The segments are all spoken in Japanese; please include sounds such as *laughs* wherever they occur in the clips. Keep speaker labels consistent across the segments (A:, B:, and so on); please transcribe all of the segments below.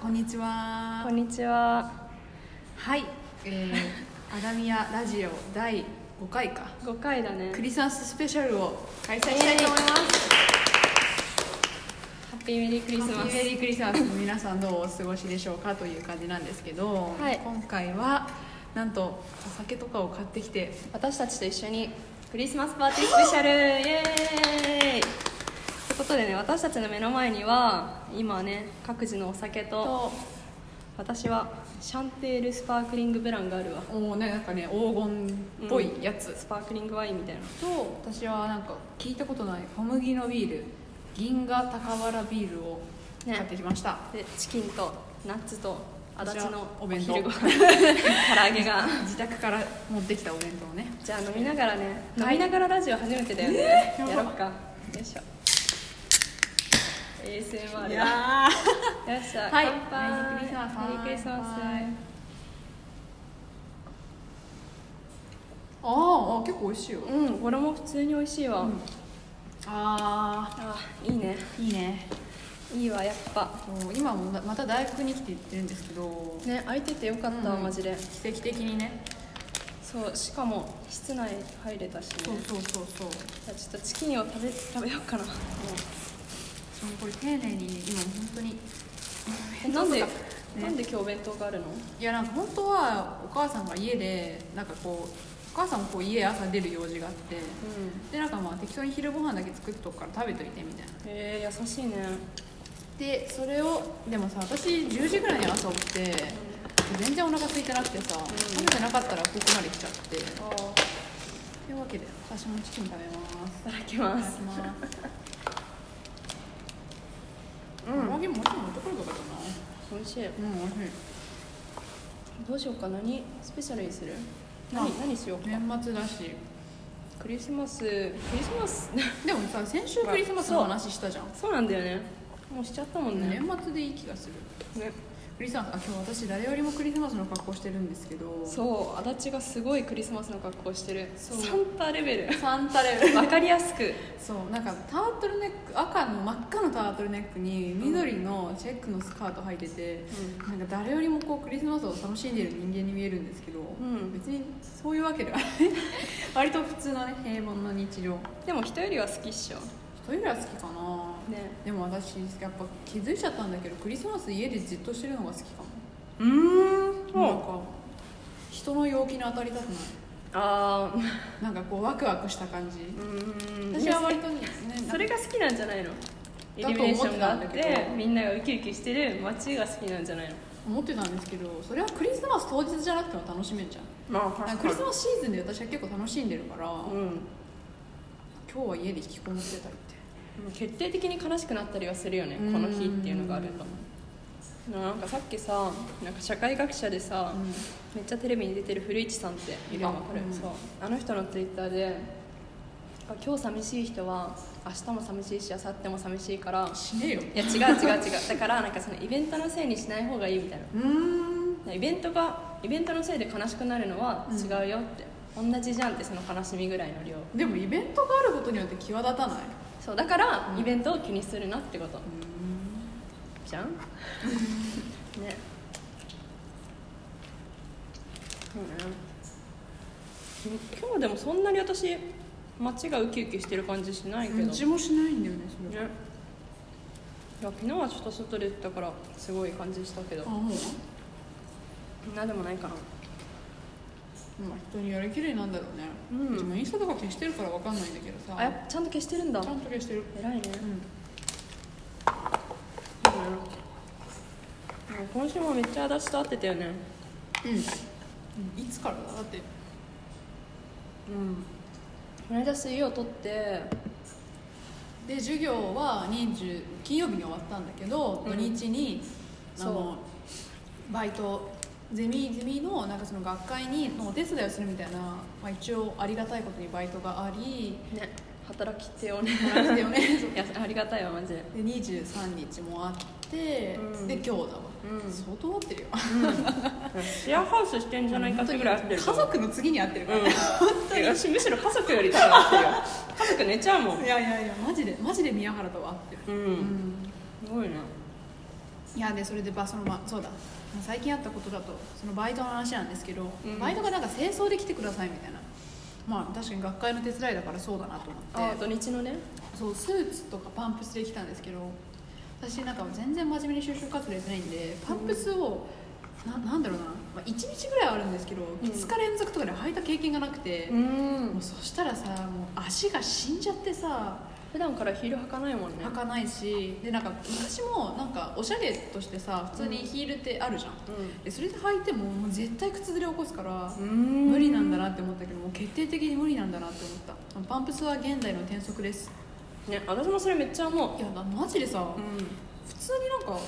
A: こんにちは
B: こんにちは。
A: はい、えー、アダミアラジオ第5回か
B: 5回だね。
A: クリスマススペシャルを開催したいと思います
B: ハッピーメリークリスマ
A: ハッピーメ
B: ス。
A: リークリスマスの皆さんどうお過ごしでしょうかという感じなんですけど、
B: はい
A: 今回はなんとお酒とかを買ってきて
B: 私たちと一緒にクリスマスパーティースペシャル。イエーイ。ということでね、私たちの目の前には今ね各自のお酒と
A: と
B: 私はシャンテールスパークリングブランがあるわ。
A: おーねなんかね黄金っぽいやつ、
B: スパークリングワインみたいな。
A: と私はなんか聞いたことない小麦のビール銀河高原ビールを買ってきました、
B: でチキンとナッツと足立の
A: お弁当
B: お *laughs* 昼ご飯唐揚げが。
A: 自宅から持ってきたお弁当ね
B: じゃあ飲みながらね、
A: はい
B: 飲みながらラジオ初めてだよね、
A: えーやば
B: やろっかよいしょ ASMR
A: い
B: よ
A: や
B: っしゃ、
A: はい
B: 乾杯
A: メリークリスマス
B: メリークリスマ
A: 乾
B: ス
A: 杯あーあ結構美味しいよ、
B: うん、これも普通に美味しいわ、
A: うんあ
B: あいいね
A: ーいいね
B: いいわやっぱ
A: そう今もままた大福に来て行ってるんですけど
B: ね、空いててよかった、
A: うん
B: マジで
A: 奇跡的にね
B: そう、しかも室内入れたしね
A: そうそうそうそう
B: じゃあちょっとチキンを食べ *laughs* 食べようかなもう
A: そのこれ丁寧にね今本当に
B: えなんで、
A: ね
B: なんで今日お弁当があるの
A: いやなんか本当はお母さんが家でなんかこうお母さんもこう家朝出る用事があって
B: うん
A: でなんかまあ適当に昼ご飯だけ作っとくから食べといてみたいな
B: えー、優しいね
A: でそれをでもさ私10時ぐらいに朝起きて全然お腹空いてなくてさ、
B: ん
A: 食べてなかったらここまで来ちゃって
B: あ
A: と
B: ー
A: いうわけで私もチキン食べます
B: いただき
A: いた
B: ま
A: だ
B: す
A: きます
B: うん
A: 揚げもちろん持ってくるとかじ
B: 美味しい
A: ゃないうん美味しい
B: どうしようか何スペシャルにする
A: あ
B: 何何しようか
A: 年末だし
B: クリスマスクリスマス *laughs*
A: でもさ先週クリスマスの話したじゃん、
B: そうなんだよねもうしちゃったもんね
A: 年末でいい気がする
B: ね
A: クリスマスあ今日私誰よりもクリスマスの格好してるんですけど
B: そう足立がすごいクリスマスの格好してる
A: そ
B: サ
A: う
B: ンタレベル *laughs*
A: サンタレベル
B: わかりやすく
A: そうなんかタートルネック赤の真っ赤のタートルネックに緑のチェックのスカート履いてて、なんか誰よりもこうクリスマスを楽しんでいる人間に見えるんですけど、
B: ん
A: 別にそういうわけではない割と普通のね平凡な日常
B: でも人よりは好きっしょ
A: 一人ぐらい好きかな
B: ね
A: でも私やっぱ気づいちゃったんだけどクリスマス家でじっとしてるのが好きかも
B: うー
A: なん
B: も
A: か
B: う
A: 人の陽気に当たりたくない
B: あー
A: なんかこうワクワクした感じ
B: うーん
A: 私は割とね
B: それが好きなんじゃないのイ
A: だと
B: ルミ
A: 思ってたんだけど
B: ネーションがあってみんながウキウキしてる街が好きなんじゃないの
A: 思ってたんですけどそれはクリスマス当日じゃなくても楽しめるじゃん
B: まあ
A: なんかクリスマスシーズンで私は結構楽しんでるから、
B: う
A: 今
B: ん
A: 日は家で引きこもってたりって
B: 決定的に悲しくなったりはするよね
A: うん
B: この日っていうのがあるとなんかさっきさなんか社会学者でさ、
A: うん
B: めっちゃテレビに出てる古市さんっているの
A: あ
B: 分かる
A: うん
B: そうあの人のツイッターであ今日寂しい人は明日も寂しいし明後日も寂しいから
A: 死ねよ
B: いや違う違う違うだからなんかそのイベントのせいにしない方がいいみたいな
A: うーん
B: イベントがイベントのせいで悲しくなるのは
A: うん
B: 違うよって、同じじゃんってその悲しみぐらいの量
A: でもイベントがあることによって際立たない
B: そうだからイベントを気にするなってこと、じゃんねそうね今日でもそんなに私街がウキウキしてる感じしないけど、
A: う
B: ね
A: ちもしないんだよねそ
B: い
A: れ
B: や昨日はちょっと外出てたからすごい感じしたけど
A: あもう
B: なんでもないかな
A: まあ人によりきれいなんだろうね、
B: うん
A: でもインスタとか消してるからわかんないんだけどさ
B: あやっぱちゃんと消してるんだ
A: ちゃんと消してる
B: 偉いね、
A: うん
B: うん今週もめっちゃ足立と会ってたよね
A: うん、いつからだだって
B: うんこの間水曜取って
A: で授業は20金曜日に終わったんだけど、
B: う
A: 土
B: ん
A: 日にあ
B: そ
A: のバイトゼミゼミのなんかその学会にのお手伝いをするみたいな、まあ、一応ありがたいことにバイトがあり
B: ね働き手をね
A: もらってたよ
B: *laughs*
A: ね
B: いやありがたいわマジで
A: で23日もあって、
B: うん
A: で今日だわ、
B: うん
A: 相当合ってるよ
B: シェアハウスしてんじゃないかってぐらい合ってる
A: 家族の次に合ってるから、ね
B: うんいや私むしろ家族より多分合ってるよ家族寝ちゃうもん
A: いやいやいやマジでマジで宮原とは合ってる
B: う
A: うんん
B: すごいな
A: いやでそれでばその、ま、そうだ最近あったことだとそのバイトの話なんですけど、
B: うん
A: バイトがなんか清掃で来てくださいみたいなまあ確かに学会の手伝いだからそうだなと思
B: あ
A: って
B: 土日のね
A: そうスーツとかパンプスで来たんですけど私なんか全然真面目に就職活動やってないんでパンプスを、ななんだろうな、まあ、1日ぐらいはあるんですけど
B: ん
A: 2日連続とかで履いた経験がなくて、
B: ん
A: もうそしたらさもう足が死んじゃってさ
B: 普段からヒール履かないもんね
A: 履かないしでなんか昔もなんかおしゃれとしてさ普通にヒールってあるじゃん、でそれで履いてももう絶対靴ずれ起こすから、
B: うん
A: 無理なんだなって思ったけどもう決定的に無理なんだなって思ったパンプスは現代の転足です
B: ね私もそれめっちゃ思
A: いやなマジでさ、
B: う、うん
A: 普通になんか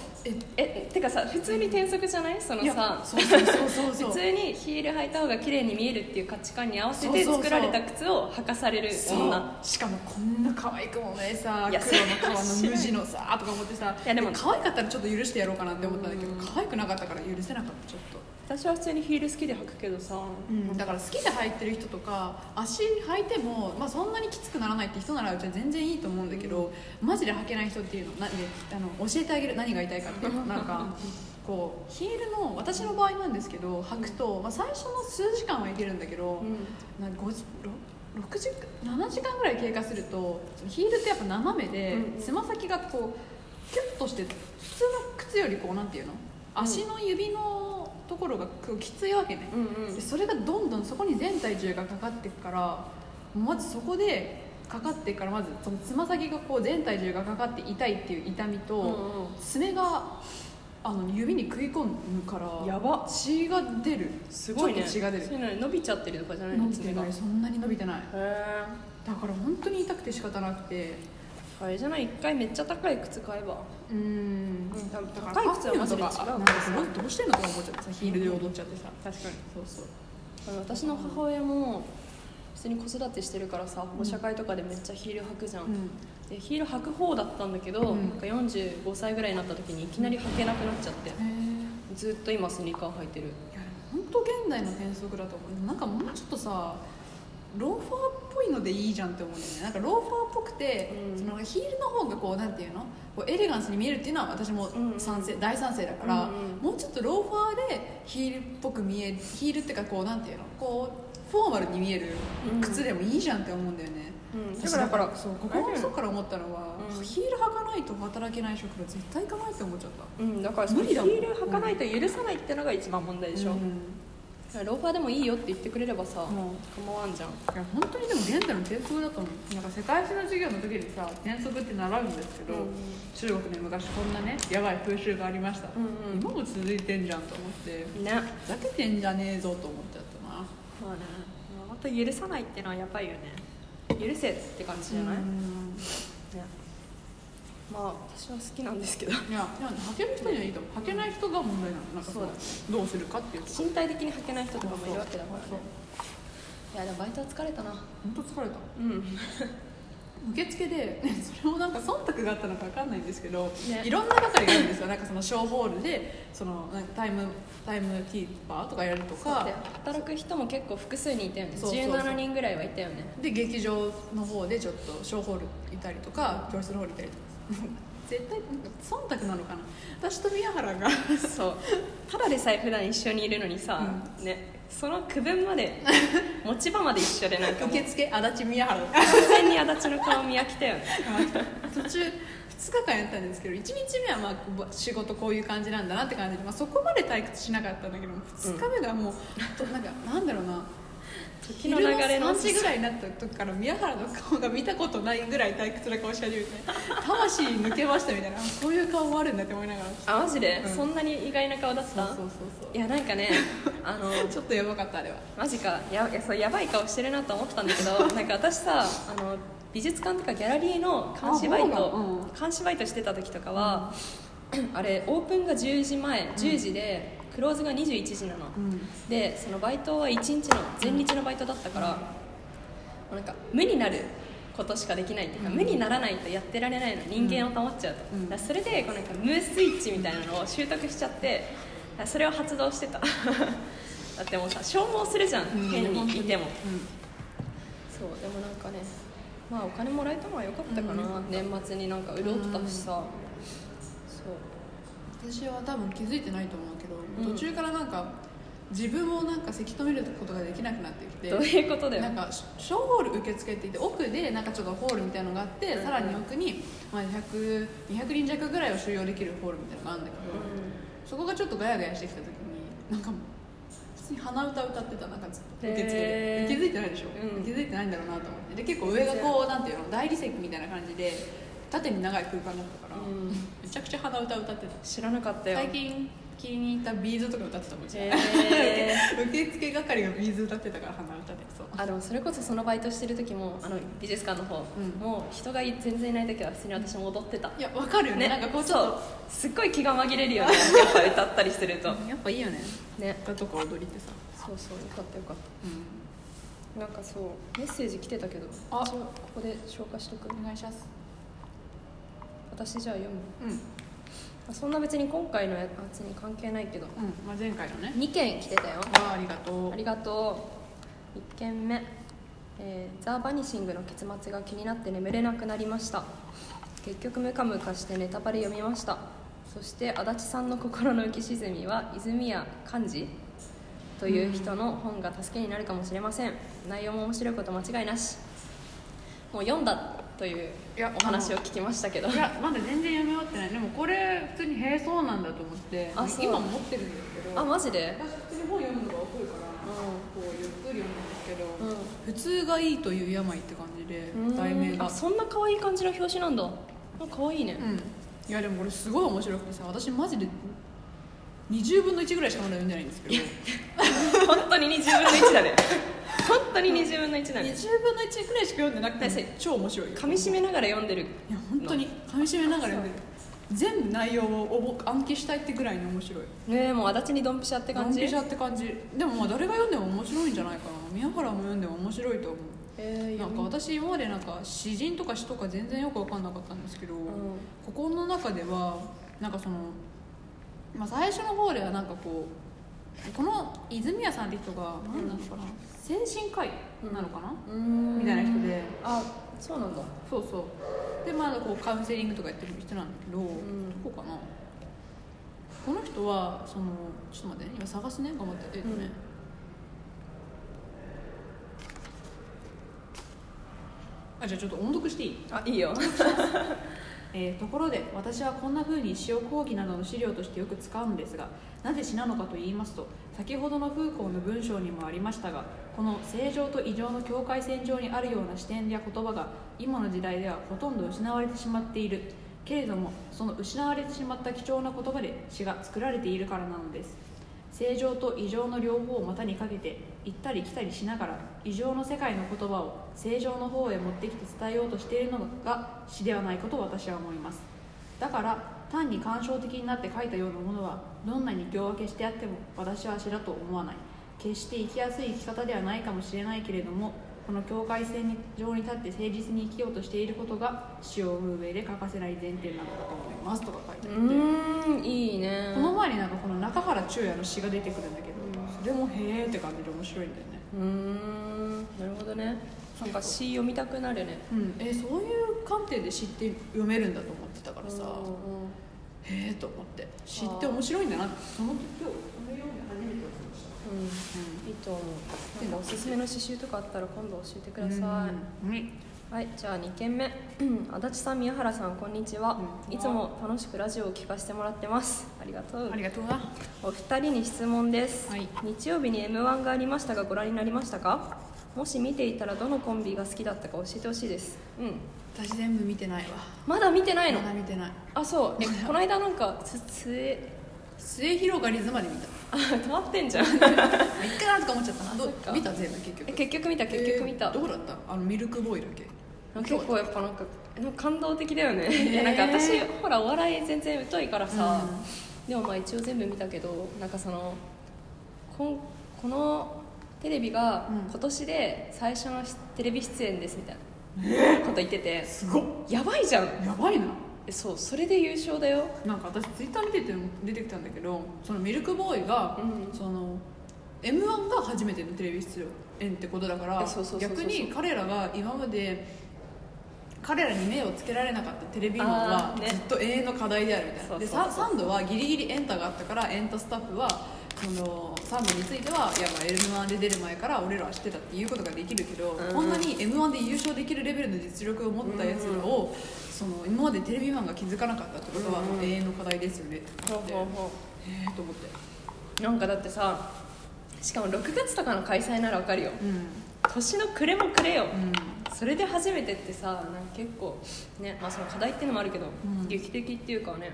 A: え
B: えてかさ普通に転足じゃないその
A: いや
B: さ
A: そうそうそうそうそう
B: 普通にヒール履いた方が綺麗に見えるっていう価値観に合わせて
A: そうそうそう
B: 作られた靴を履かされる
A: そう
B: 女
A: しかもこんな可愛くもねさ
B: い
A: 黒
B: や
A: の
B: そ
A: 皮
B: れ
A: の無
B: は
A: 地のさとか思ってさ
B: いやでも
A: 可愛かったらちょっと許してやろうかなって思ったんだけど
B: うん
A: 可愛くなかったから許せなかったちょっと
B: 私は普通にヒール好きで履くけどさ、
A: だから好きで履いてる人とか足履いても、まあ、そんなにきつくならないって人ならうちは全然いいと思うんだけど、マジで履けない人っていうのなであの教えてあげる何が痛いかっていうのなんかこうヒールの私の場合なんですけど履くと、まあ、最初の数時間はいけるんだけど、な5時6時7時間ぐらい経過するとヒールってやっぱ斜めで
B: うん
A: つま先がこうキュッとして普通の靴よりこうなんていうの足の指のところがこうきついわけね、
B: うんうん
A: でそれがどんどんそこに全体重がかかっていくからもうまずそこでかかっていくからまずそのつま先がこう全体重がかかって痛いっていう痛みと、
B: うん
A: 爪があの指に食い込むから
B: やば
A: 血が出る
B: すごい
A: ちょ
B: ね
A: っと血が出る
B: そういうのに伸びちゃってるとかじゃない
A: 伸
B: の
A: びて
B: 爪が
A: ないそんなに伸びてない
B: へ
A: だから本当に痛くて仕方なくて
B: ーあれじゃない一回めっちゃ高い靴買えば
A: うん
B: うん多分
A: だから
B: 高い
A: パフ
B: 靴は
A: ュー
B: マ
A: ム
B: ジ
A: と
B: で違
A: か
B: う
A: なんかすごいどうしてんのか思っちゃってさヒールで踊っちゃってさ
B: 確かに
A: そうそう
B: あの私の母親も普通に子育てしてるからさ保護者会とかでめっちゃヒール履くじゃん、
A: うん
B: でヒール履く方だったんだけど、
A: うん
B: なんか45歳ぐらいになった時にいきなり履けなくなっちゃって
A: へー
B: ずっと今スニーカー履いてる
A: いや本当現代の転職だと思うなんかもうちょっとさローファーっぽいのでいいじゃんって思うんだよねなんかローファーっぽくて、
B: う
A: そ
B: ん
A: のヒールの方がこうなんていうのこうエレガンスに見えるっていうのは私も
B: うん
A: 賛成、大賛成だから、
B: うんうん
A: もうちょっとローファーでヒールっぽく見えるヒールっていうかこうなんていうのこうフォーマルに見える
B: うん
A: 靴でもいいじゃんって思うんだよね、
B: うん
A: 私
B: だからだから
A: そうここの人から思ったのは、
B: うん
A: ヒール履かないと働けない職場絶対行かないって思っちゃった
B: うんだからその
A: 無
B: ヒ
A: 理だもん
B: ール履かないと許さないってのが一番問題でしょ、
A: うん
B: ローファーでもいいよって言ってくれればさ、
A: うん
B: 構わんじゃん
A: いや本当にでも現代の転職だと思うなんか世界史の授業の時にさ転職って習うんですけど、
B: うん
A: 中国で昔こんなねやばい風習がありました、
B: うんうん
A: 今も続いてんじゃんと思って
B: ねまあね
A: ふざけてんじゃねえぞと思っちゃったな
B: また許さないってのはやばいよね許せって感じじゃない、
A: う
B: ね
A: ん
B: まあ私は好きなんですけど
A: いやでも履ける人にはいいと思う履けない人が問題なのなんか
B: そうだ
A: どうするかっていうと
B: 身体的に履けない人とかもいるわけだからね
A: そう
B: いやでもバイトは疲れたな
A: 本当疲れた
B: うん
A: 受付で *laughs* それもなんか忖度があったのか分かんないんですけど、
B: ね
A: いろんな係がいるんですよなんかそのショーホールでそのなんかタイムタイムキーパーとかやるとか
B: で働く人も結構複数人いたよね
A: そうそうそう
B: 17人ぐらいはいたよね
A: で劇場の方でちょっとショーホールいたりとか教室の方にいたりとか *laughs* 絶対なんか忖度なのかな私と宮原が
B: そうただでさえ普段一緒にいるのにさ、ねその区分まで持ち場まで一緒でなんかもう
A: 受付足立宮原 *laughs*
B: 完全に足立の顔見飽きたよね
A: 途中2日間やったんですけど1日目はまあ仕事こういう感じなんだなって感じで、まあ、そこまで退屈しなかったんだけど2日目がもう、となんかなんだろうな
B: 時の
A: 昼
B: 流
A: の
B: れの
A: 3時ぐらいになった時から宮原の顔が見たことないぐらい退屈な顔し始めて魂抜けましたみたいなあこういう顔もあるんだって思いながら
B: あマジで、
A: うん
B: そんなに意外な顔だった
A: そうそうそう
B: いやなんかねあの
A: そうちょっとやばかったあれは
B: マジかやいやそうやばい顔してるなと思ったんだけど
A: *laughs*
B: なんか私さあの美術館とかギャラリーの監視バイ
A: あそう
B: ト、
A: なの
B: 監視バイトしてた時とかは、あれオープンが10時前10時で、クローズが21時なの、
A: うん
B: でそのバイトは1日の前日のバイトだったから、もうなんか無になることしかできないっていうか、無にならないとやってられないの人間を保っちゃうと、
A: うん
B: だからそれでこうなんかムースイッチみたいなのを習得しちゃってだからそれを発動 *laughs* してただってもうさ消耗するじゃん、変にいてもそうでもなんかねまあお金もらえたのは良かったかな、
A: うん
B: 年末になんか潤ったしさ、そう
A: 私は多分気づいてないと思うけど、
B: うん
A: 途中からなんか自分もなんかせき止めることができなくなってきて
B: どういうことだよ
A: なんかシショーホール受付って言って奥でなんかちょっとホールみたいなのがあって、
B: うん
A: さらに奥に、まあ、100 200人弱ぐらいを収容できるホールみたいなのがあるんだけど、そこがちょっとガヤガヤしてきた時になんかもう普通に鼻歌歌ってたなんかずっと受付で
B: へー
A: 気づいてないでしょ、
B: うん
A: 気づいてないんだろうなと思ってで結構上がこうなんていうの大理石みたいな感じで縦に長い空間だったから、
B: うん
A: めちゃくちゃ鼻歌歌ってた
B: 知らなかったよ
A: 最近気に入ったビーズとか歌ってたもんね、
B: *laughs* へー
A: 受付係がビーズ歌ってたから鼻歌でそう
B: あでもそれこそそのバイトしてる時もあの美術館の方、
A: うん
B: もう人が全然いない時は普通に私も踊ってた
A: いやわかるよねなんかこうちょっ
B: そうすっごい気が紛れるよね *laughs* やっぱ歌ったりすると
A: とやっぱいいよね
B: ね
A: 歌とか踊りってさ、
B: そうそうよかったよかっ
A: う
B: たなんかそうメッセージ来てたけど
A: あ
B: 一応ここで消化しとく
A: ん、お願いします
B: 私じゃあ読む
A: うんうん、
B: あそんな別に今回のやつに関係ないけど
A: まあ、前回のね
B: 2件来てたよ
A: あありがとう
B: ありがとう1件目、えーザ・バニシング」の結末が気になって眠れなくなりました結局ムカムカしてネタバレ読みましたそして足立さんの心の浮き沈みは泉谷寛治という人の本が助けになるかもしれません内容も面白いこと間違いなしもう読んだという
A: いや
B: お話を聞きましたけど
A: いやまだ全然読み終わってないでもこれ普通にへえそうなんだと思って
B: あそう
A: 今も持ってるんですけど
B: あマジで
A: 私普通に本読むのが遅いから、こうゆっくり読むんですけど、
B: うん
A: 普通がいいという病って感じで題名
B: うん
A: が
B: あそんな可愛い感じの表紙なんだあ可愛いね、
A: うんいやでもこれすごい面白くてさ私マジで20分の1ぐらいしかまだ読んでないんですけど
B: 本当に20分の1だね *laughs* 本当に20分の1だね
A: 20分の1ぐらいしか読んでなくて
B: 先生
A: 超面白いよ
B: 噛み締めながら読んでる
A: いや本当に噛み締めながら読んでる全部内容を覚暗記したいってぐらいに面白い
B: ねえもう足立にドンピシャって感じ
A: ドンピシャって感じでもまあ誰が読んでも面白いんじゃないかな宮原も読んでも面白いと思う
B: えー
A: なんか私今までなんか詩人とか詩とか全然よく分かんなかったんですけど、
B: ん
A: ここの中ではなんかその、まあ、最初の方ではなんかこうこの泉谷さんって人が何なのかな、精神科医なのかな、
B: うーん
A: みたいな人で
B: あそうなんだ
A: そうそうでまだこうカウンセリングとかやってる人なんだけど、
B: ん
A: こうかなこの人はそのちょっと待ってね今探すね頑張ってえっとね、あじゃあちょっと音読していい
B: あいいよ
A: えーところで私はこんな風に使用講義などの資料としてよく使うのですがなぜ詩なのかと言いますと先ほどの風光の文章にもありましたがこの正常と異常の境界線上にあるような視点や言葉が今の時代ではほとんど失われてしまっているけれどもその失われてしまった貴重な言葉で詩が作られているからなのです正常と異常の両方を股にかけて行ったり来たりしながら異常の世界の言葉を正常の方へ持ってきて伝えようとしているのが詩ではないことを私は思いますだから単に感傷的になって書いたようなものはどんなに行分けしてあっても私は詩だと思わない決して生きやすい生き方ではないかもしれないけれどもこの境界線上に立って誠実に生きようとしていることが詩を生む上で欠かせない前提なのだと思いますとか書いうてあって
B: ーんいいね
A: この前になんかこの中原中也の詩が出てくるんだけど、
B: う
A: それもへえって感じで面白いんだよね
B: うーんなるほどねなんか詩読みたくなるね
A: うんえそういう観点で詩って読めるんだと思ってたからさ、
B: うんうん
A: へえと思って詩って面白いんだなってその時今日このように初めて思いました
B: うんいいと思うなんかおすすめの刺繍とかあったら今度教えてください、
A: うん
B: はい、じゃあ2件目 *clears throat* 足立さん、宮原さん、こんにちは、
A: うん
B: いつも楽しくラジオを聞かせてもらってますありがとう
A: ありがとうな
B: お二人に質問です、
A: はい
B: 日曜日に m 1がありましたがご覧になりましたかもし見ていたらどのコンビが好きだったか教えてほしいですうん
A: 私全部見てないわ
B: まだ見てないの
A: まだ見てない
B: あ、そうえこの間なんかつつえ *laughs*
A: 末広がりずまで見た
B: あ、止まってんじゃん
A: あいっかなとか思っちゃったなど
B: そっか
A: 見た全部結局
B: え結局見た結局見た、
A: えーどうだったあのミルクボーイだっけ
B: 結構やっぱなんかなんか感動的だよね、
A: ー
B: いやなんか私ほらお笑い全然疎いからさ、
A: うん
B: でもまあ一応全部見たけどなんかそのこんこのテレビが
A: うん
B: 今年で最初のしテレビ出演ですみたいなこと言ってて、
A: すごっ
B: やばいじゃん
A: やばいな
B: えそうそれで優勝だよ
A: なんか私ツイッター見てても出てきたんだけどそのミルクボーイが、
B: うん
A: その m 1が初めてのテレビ出演ってことだから
B: えそうそうそうそう
A: 逆に彼らが今まで彼らに目をつけられなかったテレビマン
B: あ
A: は
B: ーね
A: ずっと永遠の課題であるみたいな、で
B: そうそ
A: サ
B: うそうそう
A: サンドはギリギリエンタがあったからエンタスタッフはそのサンドについてはいやまあ m 1で出る前から俺らは知ってたっていうことができるけど、
B: うん
A: こんなに m 1で優勝できるレベルの実力を持ったやつらを、その今までテレビマンが気づかなかったってことは、
B: うん
A: もう永遠の課題ですよねって
B: ほ
A: 思
B: う
A: って、
B: ほうほ
A: えーと思って、
B: うなんかだってさしかも6月とかの開催ならわかるよ
A: うん
B: 年の暮れも暮れよ、
A: うん
B: それで初めてってさなんか結構ねまあその課題っていうのもあるけど、
A: うん
B: 劇的っていうかね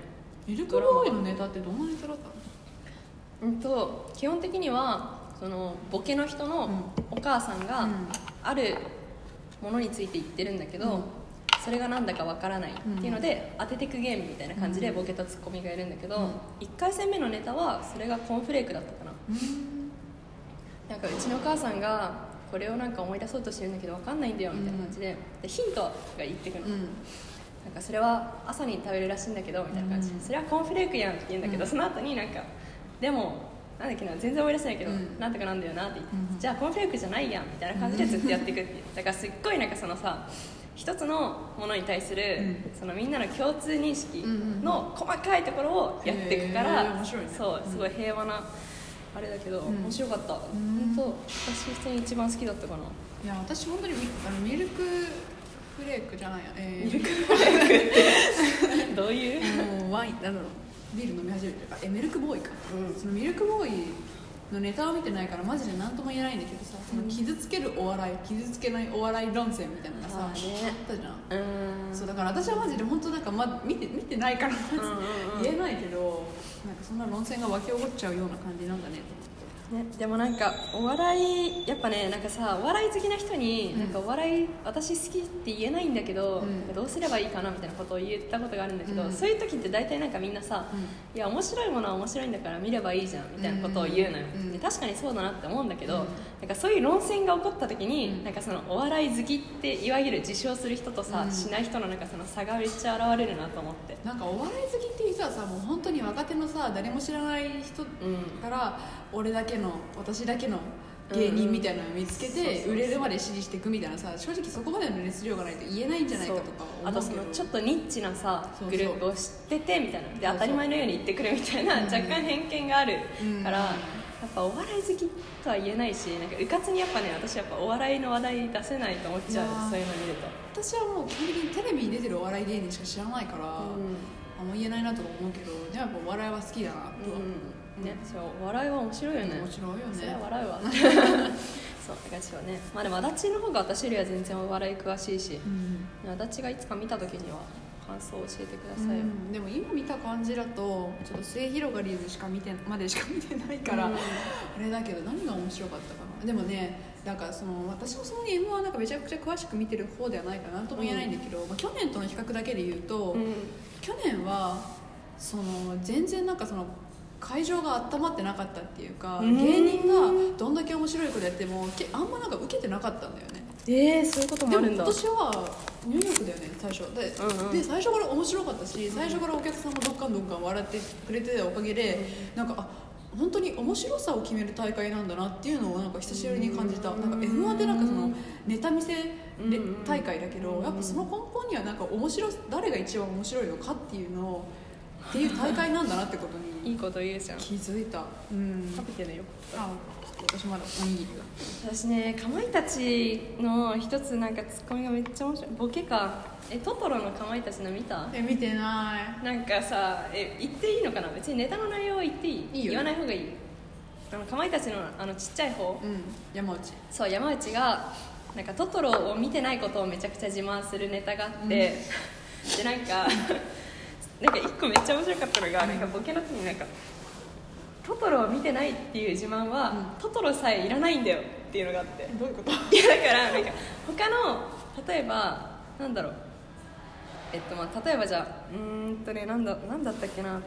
A: ミルクボーイのネタってどんなネタだったの
B: うんと基本的にはそのボケの人のお母さん
A: う
B: が
A: ん
B: あるものについて言ってるんだけど、
A: うん
B: それがなんだかわからないっていうので、当ててくゲームみたいな感じでボケとツッコミがいるんだけど、
A: うん
B: 1回戦目のネタはそれがコーンフレークだったかななんかうちのお母さんがこれをなんか思い出そうとしてるんだけどわかんないんだよみたいな感じで,、でヒントが言ってくるの、
A: うん
B: なんかそれは朝に食べるらしいんだけどみたいな感じで、
A: うん
B: それはコーンフレークやんって言うんだけど、
A: うん
B: その後になんかでもなんだっけな全然思い出せないけど、
A: うん
B: なんとかなんだよなって言って、
A: うん
B: じゃあコーンフレークじゃないやんみたいな感じでずっとやっていくっていうだからすっごいなんかそのさ一つのものに対する、
A: う
B: そのみんなの共通認識
A: うんうんうん
B: の細かいところをやっていくか
A: へ
B: ら、
A: ー面白いね
B: そう
A: うん
B: すごい平和なあれだけど、
A: ん
B: 面白かった、
A: ん
B: 本当私普通に一番好きだったかない *laughs*
A: や私本当にミあのミルクフレークじゃないや、えー、
B: どういう、
A: もうワインなんだろうビール飲み始めてるからえミルクボーイか、
B: うん
A: そのミルクボーイのネタを見てないからマジで何とも言えないんだけどさその傷つけるお笑い傷つけないお笑い論戦みたいなのがさ
B: あー
A: あ
B: ね
A: ったじゃん
B: うーん
A: そうだから私はマジで本当なんかま見て見てないからマジで
B: うんうんうん
A: 言えないけどなんかそんな論戦が沸き起こっちゃうような感じなんだねと思って。
B: ね、でもなんかお笑いやっぱねなんかさお笑い好きな人に、
A: うん
B: なんかお笑い私好きって言えないんだけど、
A: うん
B: なんかどうすればいいかなみたいなことを言ったことがあるんだけど、
A: うん
B: そういう時って大体なんかみんなさ、いや面白いものは面白いんだから見ればいいじゃんみたいなことを言うのよ、
A: うん
B: で確かにそうだなって思うんだけ
A: う
B: ど、
A: ん
B: なんかそういう論戦が起こった時に、
A: うん
B: なんかそのお笑い好きっていわゆる自称する人とさ、
A: うん
B: しない人のなんかその差がめっちゃ現れるなと思って、
A: なんかお笑い好きっていう人はさもう本当に若手のさ誰も知らない人
B: うん
A: から俺だけの私だけの芸人みたいなのを見つけ
B: うんう
A: て
B: んそうそうそう
A: 売れるまで支持していくみたいなさ正直そこまでの熱量がないと言えないんじゃないかとか
B: そうあ
A: 思
B: と
A: う
B: そ
A: け
B: の
A: ど
B: ちょっとニッチなさ
A: そうそう
B: グループを知っててみたいな
A: そ
B: で
A: う
B: 当たり前のように言ってくるみたいな
A: うん
B: 若干偏見がある
A: うん
B: から、やっぱお笑い好きとは言えないしなんかうかつにやっぱね私やっぱお笑いの話題出せないと思っちゃう
A: いやー
B: そういうの見ると、
A: 私はもう基本的にテレビに出てるお笑い芸人しか知らないから、あんま言えないなとか思うけどでもやっぱお笑いは好きだなとは、
B: うんねそうお笑いは面白いよね
A: 面白いよね
B: それは笑う
A: *laughs*
B: わそうだから私はねまあでも足立の方が私よりは全然お笑い詳しいし
A: うん
B: 足立がいつか見た時には感想を教えてくださいよ、
A: うんでも今見た感じだとちょっと末広がりにしか見てまでしか見てないから、
B: うん
A: あれだけど何が面白かったかなでもねなんかその私もそんなに m 1なんかめちゃくちゃ詳しく見てる方ではないからなんとも言えないんだけど、まあ、去年との比較だけで言うと、去年はその全然なんかその会場が温まってなかったっていうか
B: うん
A: 芸人がどんだけ面白いことやってもけあんまなんか受けてなかったんだよね
B: えー、そういうことも
A: で
B: あ
A: も
B: るんだ
A: 今年はニューヨークだよね最初で,、
B: うんうん
A: で最初から面白かったし最初からお客さんがどっかんどっかん笑ってくれてたおかげで、なんかあ本当に面白さを決める大会なんだなっていうのをなんか久しぶりに感じた、
B: うん
A: なんか m 1ってなんかそのネタ見せ
B: うん
A: で大会だけど、
B: うん
A: やっぱその根本にはなんか面白誰が一番面白いのかっていうのをっていう大会なんだなってこと
B: い
A: に
B: いこと言うじゃん
A: 気づいた、うん、
B: 食べてねよ
A: あちょっと私まだおにぎりが
B: 私ねかまいたちの一つなんかツッコミがめっちゃ面白いボケかえトトロのかまいたちの見た
A: え見てない
B: なんかさえ言っていいのかな別にネタの内容は言っていい
A: いいよ
B: 言わない方がいいあのかまいたちのあのちっちゃい方、
A: うん山内
B: そう山内がなんかトトロを見てないことをめちゃくちゃ自慢するネタがあって、でなんか *laughs* なんか一個めっちゃ面白かったのが、なんかボケの時になんかトトロを見てないっていう自慢は、トトロさえいらないんだよっていうのがあって
A: どういうこと
B: いやだからなんか他の例えばなんだろうえっとまあ例えばじゃあうーんとねなんだなんだったっけな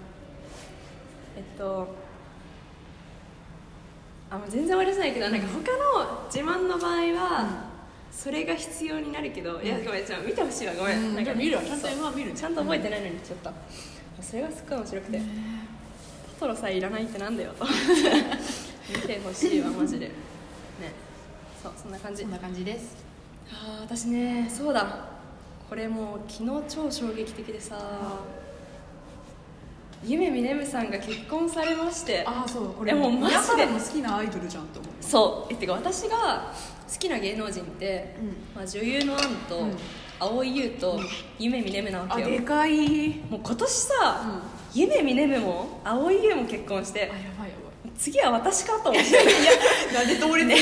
B: えっとあもう全然思い出せないけどなんか他の自慢の場合は、それが必要になるけど、いやごめんちょっと見てほしいわごめん、
A: うん
B: なん
A: じゃ
B: か
A: あ見るわちゃんと
B: そう
A: M1 見る
B: ちゃんと覚えてないのにちょっとそれがすっごい面白くて、トトロさえいらないってなんだよ
A: *laughs*
B: と思って見てほしいわマジでねそうそんな感じ
A: そんな感じです
B: あー私ねそうだこれもう昨日超衝撃的でさ夢みねむさんが結婚されまして
A: ああそうこれ
B: いやもうマジで
A: 皆さんも好きなアイドルじゃんと思う
B: そうえってか私が好きな芸能人って、
A: うん
B: まあ、女優のアンと、
A: うん
B: 蒼井優と、夢みねむなわ
A: あ
B: けよ
A: でかい
B: もう今年さ、
A: うん
B: 夢みねむも蒼井優も結婚し
A: あ
B: て
A: やばいや
B: *laughs* 次は私かと思って
A: ばいなんで通れて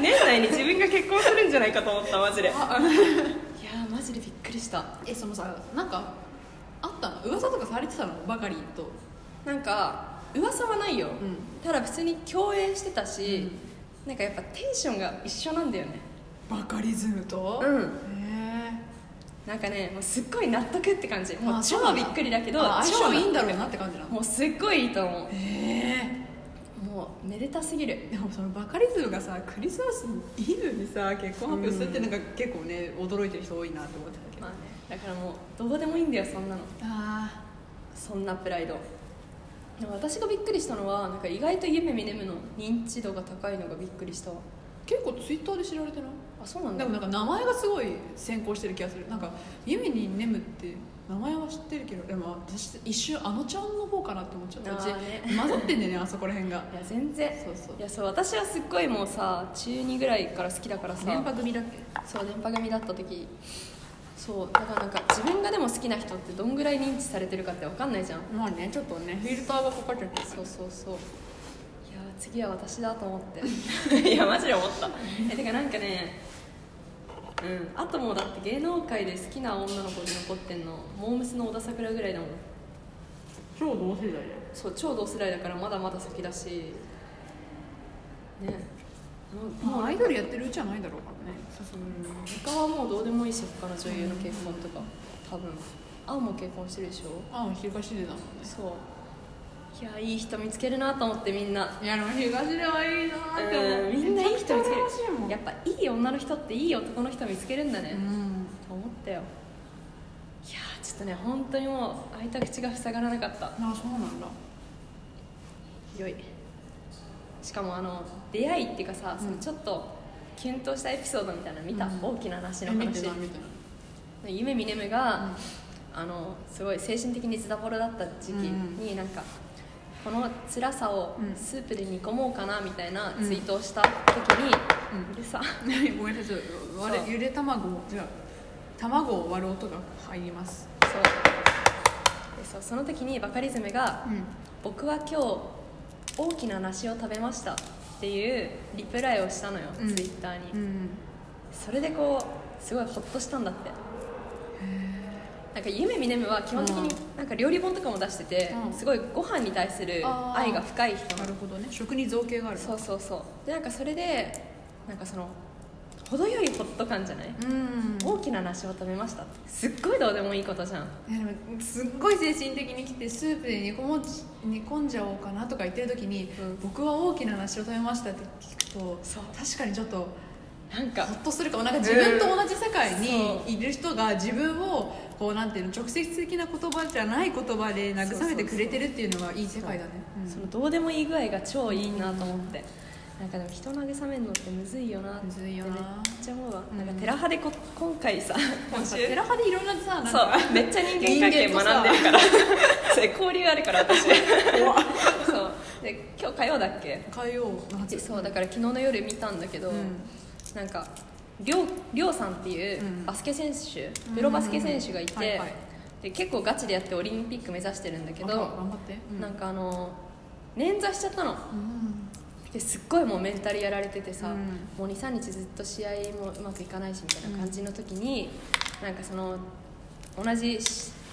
B: *laughs* 年内に自分が結婚するんじゃないかと思ったマジでいや
A: あ
B: ーマジでびっくりした
A: えそのさなんかあったの噂とかされてたのばかりと
B: なんか噂はないよ、
A: ん
B: ただ普通に共演してたし、なんかやっぱテンションが一緒なんだよね
A: バカリズムと
B: うん
A: へ
B: なんかねもうすっごい納得って感じ
A: え
B: もう超びっくりだけど
A: 相
B: 超
A: 性いいんだ
B: ろ
A: ろうなって感じなの
B: もうすっごいいいと思
A: へえ
B: うもうめでたすぎる
A: でもそのバカリズムがさクリスマスイブにさ結婚発表するってなんか結構ね驚いてる人多いなって思ってたけど、
B: まあねだからもうどうでもいいんだよそんなの
A: あ
B: そんなプライドでも私がびっくりしたのはなんか意外と夢みねむの認知度が高いのがびっくりしたわ
A: 結構ツイッターで知られてない
B: あそうなん
A: で
B: だ
A: もなんか名前がすごい先行してる気がするなんか「夢に眠」って名前は知ってるけどでも私一瞬あのちゃんの方かなって思っちゃったう
B: あーね
A: ち混ざってんだよねあそこら辺が
B: いや全然
A: そうそう
B: いやそう私はすっごいもうさ中2ぐらいから好きだからさ
A: 電波組だっけ
B: そう電波組だった時そうだからなんか自分がでも好きな人ってどんぐらい認知されてるかって分かんないじゃん
A: まあねちょっとねフィルターがかかっちゃってる
B: そうそうそういやー次は私だと思って *laughs* いやマジで思ったえてかなんかねうんあともうだって芸能界で好きな女の子に残ってんのモームスの小田さくらぐらいだもん
A: 超同世代だよ
B: そう超同世代だからまだまだ先だしねもう
A: も
B: も
A: う
B: う
A: アイドルやってるうちはないだろうからねそうそう
B: 他はもうどうでもいいし他の女優の結婚とか多分青も結婚してるでしょ
A: ああ昼かしでだもんね
B: そういやいい人見つけるなと思ってみんない
A: やでも東出はいいなーって思
B: う
A: うん
B: みんないい人見つける
A: めちゃくちゃ羨ましいもん
B: やっぱいい女の人っていい男の人見つけるんだね、
A: うん
B: と思ったよいやーちょっとね本当にもう開いた口が塞がらなかった
A: あそうなんだ
B: 良いしかもあの出会いっていうかさ、
A: うん
B: そのちょっとキュンとしたエピソードみたいなの見た、
A: うん
B: 大きな話の
A: え見
B: 話
A: てない見てない
B: 夢みねむが、あのすごい精神的にズタボロだった時期になんか、この辛さを
A: うん
B: スープで煮込もうかなみたいな
A: うん
B: ツイートをした時に、
A: うん
B: でさ
A: *laughs* ごめんなさいちょっと割れ
B: そう
A: ゆで卵を違う卵を割る音が入ります
B: そうでそうその時にバカリズムが
A: うん
B: 「僕は今日大きな梨を食べました」っていうリプライをしたのよ、
A: うん
B: ツイッターに、
A: うん
B: それでこうすごいホッとしたんだってなんか夢みねむは基本的になんか料理本とかも出してて、
A: うん
B: すごいご飯に対する
A: あー
B: 愛が深い人
A: な
B: なの
A: るほどね食に造形がある
B: そうそうそうでなんかそれでなんかその程よいホッと感じゃない、
A: うん
B: 大きな梨を食べましたってすっごいどうでもいいことじゃん
A: いやでもすっごい精神的にきてスープで煮込もう煮込んじゃおうかなとか言ってる時に、
B: うん
A: 僕は大きな梨を食べましたって聞くと
B: そう
A: 確かにちょっと
B: なんか
A: ほっとするかもなんか自分と同じ世界
B: うん
A: にいる人が自分をこうなんていうの直接的な言葉じゃない言葉で慰めてくれてるっていうのはいい世界だねうん
B: そのどうでもいい具合が超いいなと思って、なんかでも人を慰めるのってむずいよなって
A: むずいよ
B: めっ
A: な
B: ちゃ思うわ、
A: うん
B: なんかテラハでこ *laughs* 今回さ
A: なん
B: 今
A: かさ
B: 週
A: テラハでいろんなさなん
B: そう
A: か
B: めっちゃ人間関係
A: 人間と
B: 学
A: さ
B: んでるからそれ交流あるから私そうで今日火曜だっけ
A: 変えようなんて
B: そうだから昨日の夜見たんだけど、
A: うん
B: なんかりょうりょうさんっていう
A: うん
B: バスケ選手、
A: うん
B: プロバスケ選手がいて、
A: はいはい
B: で結構ガチでやってオリンピック目指してるんだけ
A: 頑
B: ど、
A: 張ってう
B: なんかあの捻挫しちゃったの
A: うん
B: ですっごいもうメンタルやられてて
A: う
B: さ、
A: ん
B: もう23日ずっと試合もうまくいかないしみたいな感じの時に、なんかその同じ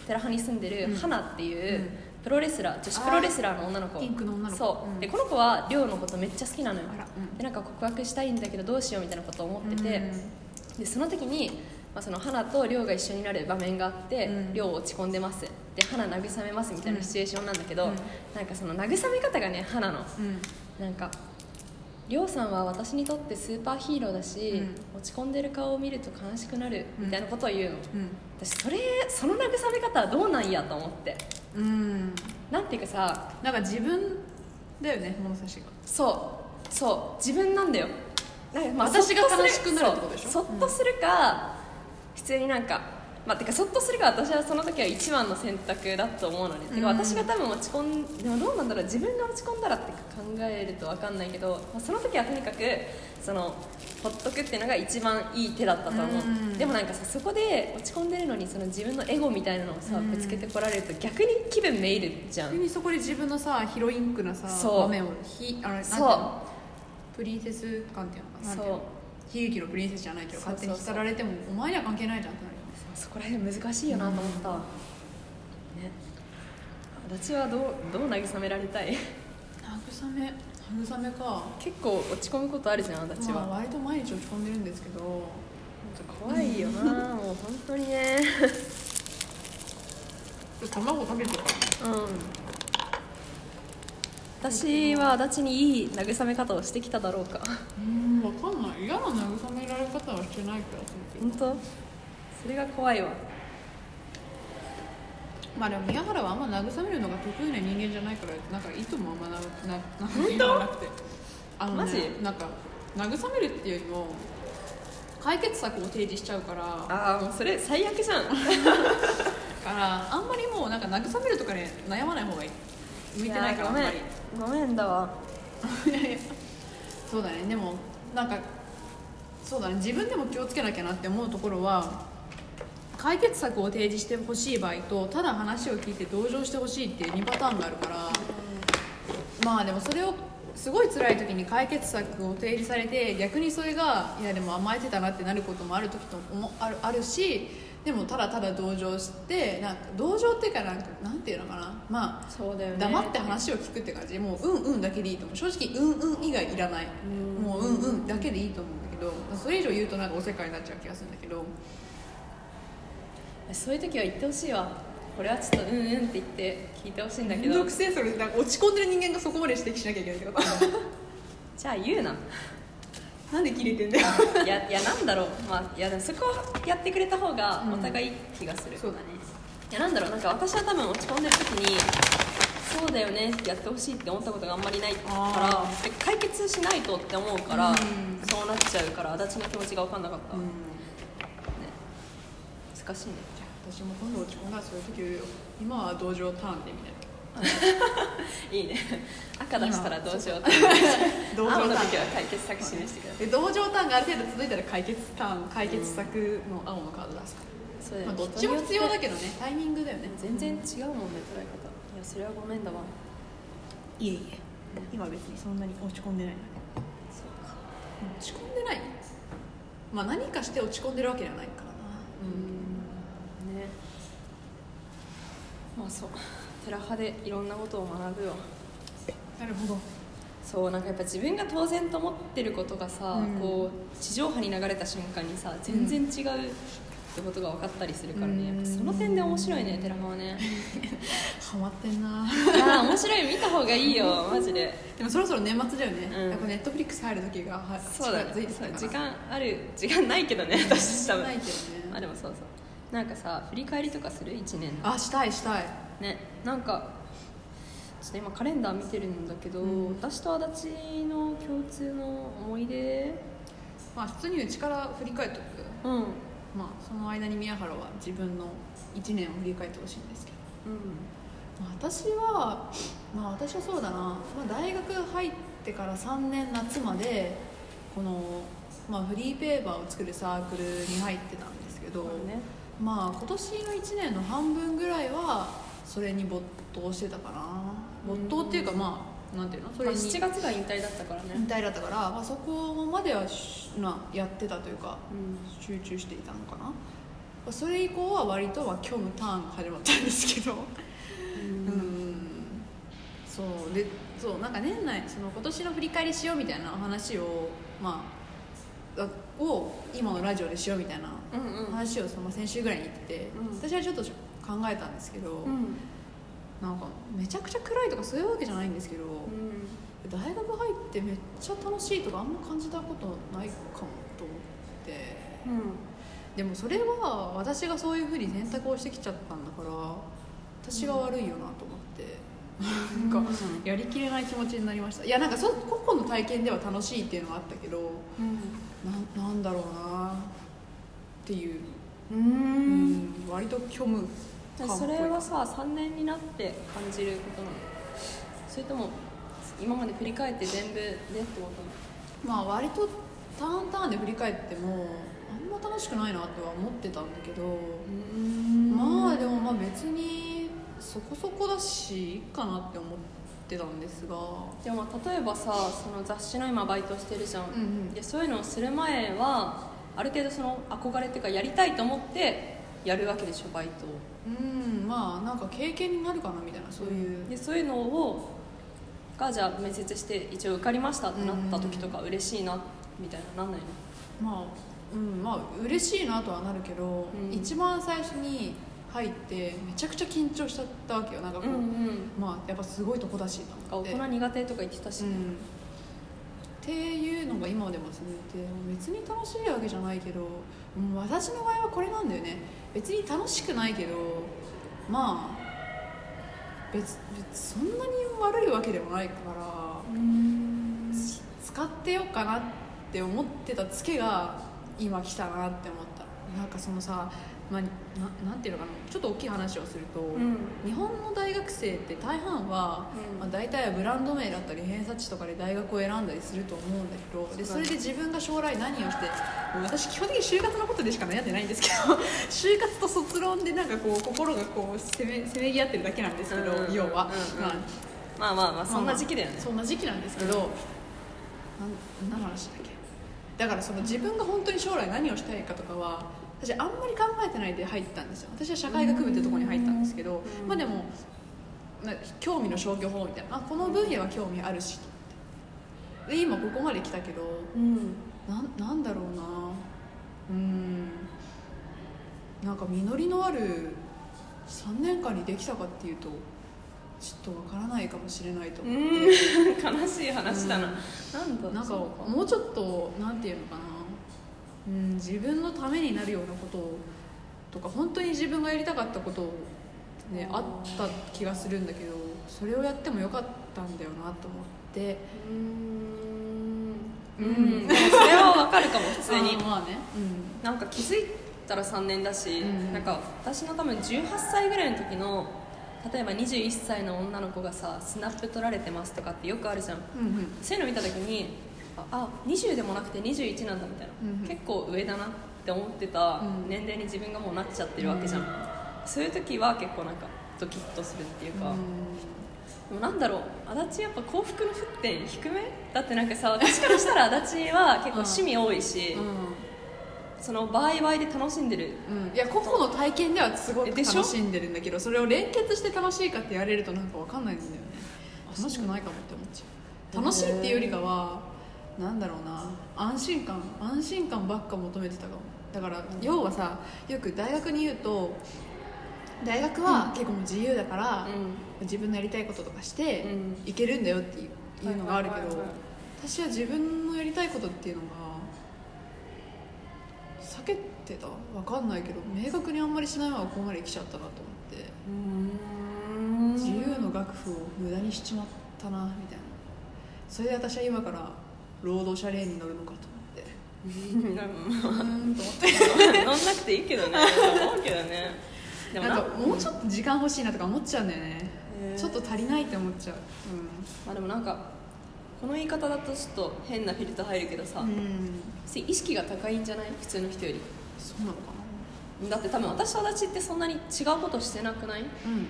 B: 寺派に住んで
A: うん
B: る花っていう、
A: うん
B: プロレスラー女子プロレスラーの女の子
A: ピンクの女の子
B: そう、
A: うん
B: でこの子は亮のことめっちゃ好きなのよ
A: あらうん
B: でなんか告白したいんだけどどうしようみたいなことを思ってて、でその時に、まあ、その花と亮が一緒になる場面があって、
A: うん
B: 亮落ち込んでますで花慰めますみたいなシチュエーションなんだけど、
A: うん
B: なんかその慰め方がね花の
A: うん
B: なんか亮さんは私にとってスーパーヒーローだし、
A: う
B: 落ち込んでる顔を見ると悲しくなる
A: うん
B: みたいなことを言うの、
A: うん
B: 私それその慰め方はどうなんやと思って
A: うん
B: なんていうかさ
A: なんか自分だよね物差しが
B: そうそう自分なんだよなんかまあ
A: 私が
B: そっとする
A: 悲しくなるってことでしょ
B: そうそっとするか、普通になんかまあてかそっとするが私はその時は一番の選択だと思うのね、てか
A: うん
B: 私が多分落ち込んでもどうなんだろう自分が落ち込んだらって考えると分かんないけど、まあ、その時はとにかくそのほっとくっていうのが一番いい手だったと思う、
A: うん
B: でもなんかさそこで落ち込んでるのにその自分のエゴみたいなのをさ、ぶつけてこられると逆に気分めいるじゃん
A: 急にそこで自分のさヒロインクなさ
B: そう
A: 場面をひあれなんてい
B: そう
A: うのプリンセス感っていうのかななんていう
B: そう
A: の悲劇のプリンセスじゃないけど
B: そうそう
A: 勝
B: そ
A: 手
B: う
A: に語られてもお前には関係ないじゃんってなるよね
B: そこら辺難しいよなと思ったわ、ね私はどうどう慰められたい *laughs*
A: 慰め慰めか
B: 結構落ち込むことあるじゃん私は、
A: まあ割と毎日落ち込んでるんですけど
B: 怖いよ *laughs* なもう本当にね
A: 卵食べてた
B: うん私は足立にいい慰め方をしてきただろうか
A: うん分かんない嫌な慰められ方はしてない気がするけ
B: 本
A: ど
B: 当それが怖いわ
A: まあでも宮原はあんま慰めるのが得意な人間じゃないからなんかいともあんまななな言わなくてあの、ね、
B: マジ
A: なんか慰めるっていうよりも解決策を提示しちゃうからだか
B: ああもうそれ最悪じゃん
A: らあんまりもうなんか慰めるとかね悩まない方がいい向いてないからあんまり
B: ごめんごめんだわ
A: いやいやそうだねでもなんかそうだね自分でも気をつけなきゃなって思うところは解決策を提示してほしい場合とただ話を聞いて同情してほしいっていう2パターンがあるからまあでもそれをすごい辛い時に解決策を提示されて逆にそれがいやでも甘えてたなってなることもある時ともあるあるしでもただただ同情してなんか同情っていうかなんかなんていうのかなまあ
B: そうだよね
A: 黙って話を聞くって感じもううんうんだけでいいと思う正直うんうん以外いらないもううんうんだけでいいと思うんだけどそれ以上言うとなんかおせっかいになっちゃう気がするんだけど
B: そういう時は言ってほしいわこれはちょっとうんうんって言って聞いてほしいんだけ
A: 面倒
B: ど
A: くせえそれなんか落ち込んでる人間がそこまで指摘しなきゃいけないってこと
B: じゃあ言うな
A: *laughs* なんで切れて *laughs* んだよ
B: い *laughs* やいやなんだろうまあいやでもそこをやってくれた方がお互いいい気がする、
A: そうだね
B: いやなんだろうなんか私は多分落ち込んでる時にそうだよねってやってほしいって思ったことがあんまりないから
A: あ
B: で解決しないとって思うから、
A: うん
B: そうなっちゃうから足立の気持ちが分かんなかった、
A: うん
B: 難しいね
A: 私も今度落ち込んだらそういう時言うよ今は同情ターンでみたいない
B: いね *laughs* 赤出したらどうしようって
A: 同情
B: 青の
A: タ
B: 時
A: ー
B: は
A: ン
B: 解決策示してください
A: で同情ターンがある程度続いたら解決ターン解決策の青のカード出すから、
B: そうだよ
A: まあ、
B: ね
A: どっちも必要だ
B: 人に
A: け
B: よ
A: どねタイミングだよね
B: って全然違うもんね捉え方いやそれはごめんだわ
A: いえいえ今別にそんなに落ち込んでない
B: そうか
A: 落ち込んでないまあ何かして落ち込んでるわけではないからな
B: うんねまあそう *laughs* 寺派でいろんなことを学ぶよ
A: なるほど
B: そうなんかやっぱ自分が当然と思ってることがさ、
A: うん
B: こう地上波に流れた瞬間にさ全然違うってことが分かったりするからね、やっぱその点で面白いね寺浜はね *laughs*
A: ハマってんない
B: やー面白い見た方がいいよマジで
A: でもそろそろ年末だよね、
B: うん
A: やっぱネットフリックス入る時がは
B: そうだね
A: 近づいてきた
B: そ
A: か
B: う
A: ら
B: 時間ある時間ないけどね私多分
A: ないけど
B: まあ
A: ね
B: でもそうそうなんかさ振り返りとかする1年の
A: あしたいしたい
B: ねなんかちょっと今カレンダー見てるんだけど、
A: うん
B: 私と足立の共通の思い出
A: まあ普通にうちから振り返っとく
B: うん、うん、
A: まあその間に宮原は自分の1年を振り返ってほしいんですけどまあ私はまあ私はそうだな、まあ、大学入ってから3年夏までこの、まあ、フリーペーパーを作るサークルに入ってたんですけど、
B: そうね
A: まあ今年の1年の半分ぐらいはそれに没頭してたかな
B: うん
A: 没頭っていうかまあなんていうのそれ
B: ま
A: に
B: あ7月が引退だったからね、
A: 引退だったから、まあ、そこまではしなやってたというか
B: うん
A: 集中していたのかなまあそれ以降は割とまあ虚無ターンが始まったんですけどうんそうでそうなんか年内その今年の振り返りしようみたいな話をまああを今のラジオでしようみたいな
B: うんうん
A: 話をその先週ぐらいに言ってて、
B: うん
A: 私はちょっと考えたんですけど、
B: うん
A: なんかめちゃくちゃ暗いとかそういうわけじゃないんですけど、
B: うん
A: 大学入ってめっちゃ楽しいとかあんま感じたことないかもと思って。でもそれは私がそういうふうに選択をしてきちゃったんだから私が悪いよなと思って、なんかやりきれない気持ちになりましたいやなんかそ個々の体験では楽しいっていうのはあったけど
B: うん
A: ななんだろうなっていううーん割と虚無感っぽ
B: そ
A: い
B: れはさ3年になって感じることなのそれとも今まで振り返って全部でってこと
A: まあ割とターンターンで振り返ってもあんま楽しくないなとは思ってたんだけど、
B: なの
A: まあでもまあ別にそこそこだしいいかなって思ってたんですが
B: でも例えばさその雑誌の今バイトしてるじゃん、
A: うんうん
B: でそういうのをする前はある程度その憧れっていうかやりたいと思ってやるわけでしょバイトを
A: うんまあなんか経験になるかなみたいなそういう、
B: でそういうのをがじゃあ面接して一応受かりましたってなった時とか嬉しいなみたいななんないの
A: まあうんまあ嬉しいなとはなるけど、
B: うん
A: 一番最初に入ってめちゃくちゃ緊張しちゃったわけよなんかこう、
B: うん
A: まあやっぱすごいとこだしと
B: 大
A: 思って
B: 人苦手とか言ってたし、
A: うん、っていうのが今でも続いて別に楽しいわけじゃないけどうん私の場合はこれなんだよね別に楽しくないけどまあ別別そんなに悪いわけでもないから使ってようかなって思ってたツケが今来たなって思ったなんかそのさ、まあ、ななんていうのかなちょっと大きい話をすると、
B: うん
A: 日本の大学生って大半は、
B: うん
A: まあ、大体はブランド名だったり偏差値とかで大学を選んだりすると思うんだけどで
B: そ
A: そう
B: だね
A: れで自分が将来何をしてもう私基本的に就活のことでしか悩んでないんですけど *laughs* 就活と卒論でなんかこう心がこうせめせめぎ合ってるだけなんですけど、
B: うんうん
A: 要は、
B: うんうん
A: まあ
B: まあまあまあそんな時期だよね、
A: そんな時期なんですけど、なん、何の話だっけだからその自分が本当に将来何をしたいかとかは私あんまり考えてないで入ったんですよ私は社会学部ってとこに入ったんですけど、
B: うん
A: まあでもな興味の消去法みたいなあこの分野は興味あるしで今ここまで来たけど
B: うん
A: なんなんだろうなうんなんか実りのある3年間にできたかっていうとちょっとわからないかもしれないと思って、
B: *laughs* 悲しい話だな、
A: うん
B: なんだ
A: なんか
B: そう
A: もうちょっとなんていうのかな、うん、自分のためになるようなことをとか本当に自分がやりたかったことを、ね、
B: あー
A: あった気がするんだけどそれをやってもよかったんだよなと思って
B: うー
A: う
B: んうんん *laughs* でもそれはわかるかも普通に
A: あーまあね、
B: なんか気づいたら3年だし、
A: うん
B: なんか私の多分18歳ぐらいの時の例えば21歳の女の子がさスナップ取られてますとかってよくあるじゃん
A: うん、うんうん
B: そういうの見た時にああ20でもなくて21なんだみたいな、
A: うんうん
B: 結構上だなって思ってた
A: うん
B: 年齢に自分がもうなっちゃってるわけじゃん、
A: うん
B: そういう時は結構なんかドキッとするっていうか、
A: う
B: でもなんだろう足立やっぱ幸福の沸点低めだってなんかさ私からしたら足立は結構趣味多い
A: ん
B: し、その場合々で楽しんでる
A: うんうんいや個々の体験ではすごく
B: でしょ
A: 楽しんでるんだけどそれを連結して楽しいかって言われるとなんかわかんないんだよね楽しくないかもって思っちゃう楽しいっていうよりかはなんだろうな安心感安心感ばっか求めてたかもだから要はさよく大学に言うと大学は結構もう自由だから、自分のやりたいこととかして
B: うん
A: いけるんだよっていう,、いうのがあるけ
B: はいはい
A: ど
B: はいはい
A: 私は自分のやりたいことっていうのが避けてたわかんないけど明確にあんまりしないままここまで来ちゃったなと思って
B: うん
A: 自由の楽譜を無駄にしちまったなみたいなそれで私は今から労働者例に乗るのかと思ってうーんと思って
B: 飲んなくていいけどね思うけどねで
A: *laughs*
B: も
A: な
B: なん
A: かもうちょっと時間欲しいなとか思っちゃうんだよね
B: へー
A: ちょっと足りないって思っちゃう
B: まあでもなんかこの言い方だとちょっと変なフィルター入るけどさ、
A: うん、うん、
B: 意識が高いんじゃない普通の人よ
A: そうなのか
B: りだって多分私と足立ってそんなに違うことしてなくない
A: なうん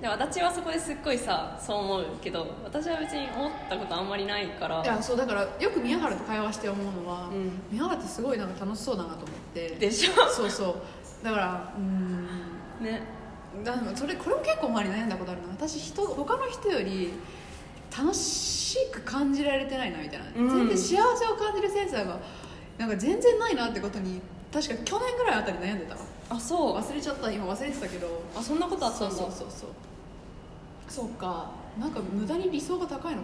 B: で私はそこですっごいさそう思うけど私は別に思ったことあんまりないから
A: いやそうだからよく宮原と会話して思うのは、
B: うん
A: 宮原ってすごいなんか楽しそうだなと思って
B: でし
A: そうそうだからうーん
B: ょね
A: だからそれこれも結構周り悩んだことあるな私人他の人より楽しく感じられてないなみたいな、
B: う
A: 全
B: ん
A: 然幸せを感じるセンサーがなんか全然ないなってことに確か去年ぐらいあたり悩んでたわ
B: あそう
A: 忘れちゃった今忘れてたけど
B: あそんなことあったんだ
A: そうそうそうそうそうかなんか無駄に理想が高いのかもね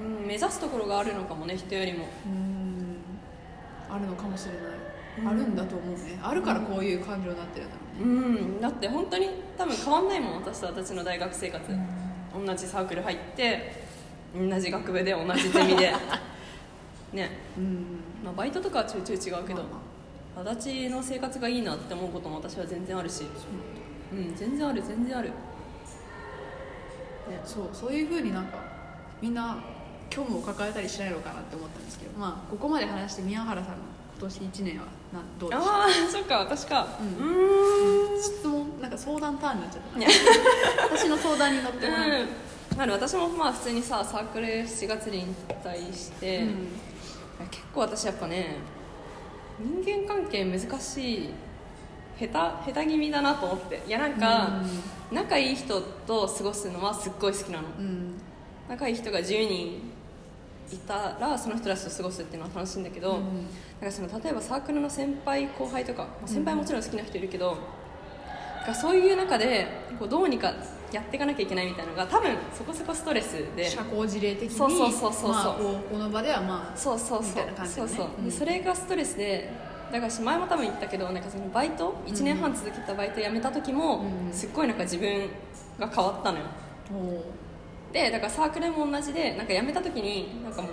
A: うん
B: うん目指すところがあるのかもね人よりも
A: うーんあるのかもしれない、
B: うん
A: あるんだと思うねあるからこういう感情になってるんだろうね、
B: うんだって本当に多分変わんないもん私と私の大学生活同じサークル入って同じ学部
A: *laughs*
B: で同じゼミでね、
A: うん
B: まあ、バイトとかはちょいちょい違うけど、
A: まあま
B: 足立の生活がいいなって思うことも私は全然あるしうん全然ある全然ある
A: そうそういうふうになんかみんな虚無を抱えたりしないのかなって思ったんですけどまあここまで話して宮原さんの今年1年はなどうでした
B: ああそっか私か
A: う
B: うんーん
A: 質問なんか相談ターンになっちゃったな *laughs* 私の相談に乗ってもらう、
B: うんまあでも私もまあ普通にさサークル7月に引退して、
A: うん
B: 結構私やっぱね人間関係難しい下手下手気味だなと思っていやなんか、仲いい人と過ごすのはすっごい好きなの
A: うん
B: 仲いい人が10人いたらその人たちと過ごすっていうのは楽しいんだけど、
A: うん
B: なんかその例えばサークルの先輩後輩とか、まあ先輩もちろん好きな人いるけど、なんかそういう中でこうどうにかやっていかなきゃいけないみたいなのが多分そこそこストレスで
A: 社交辞令的に
B: そうそうそうそう
A: まあ、こうこの場ではまあ
B: そうそう
A: み
B: そ
A: た
B: う
A: いな感じだ
B: そ
A: ね
B: うそう
A: う
B: で
A: ん
B: それがストレスでだからし前も多分言ったけどなんかそのバイト1年半続けたバイト辞めた時も、
A: うん
B: すっごいなんか自分が変わったのよ
A: も
B: でだからサークルも同じでなんか辞めた時になんかもう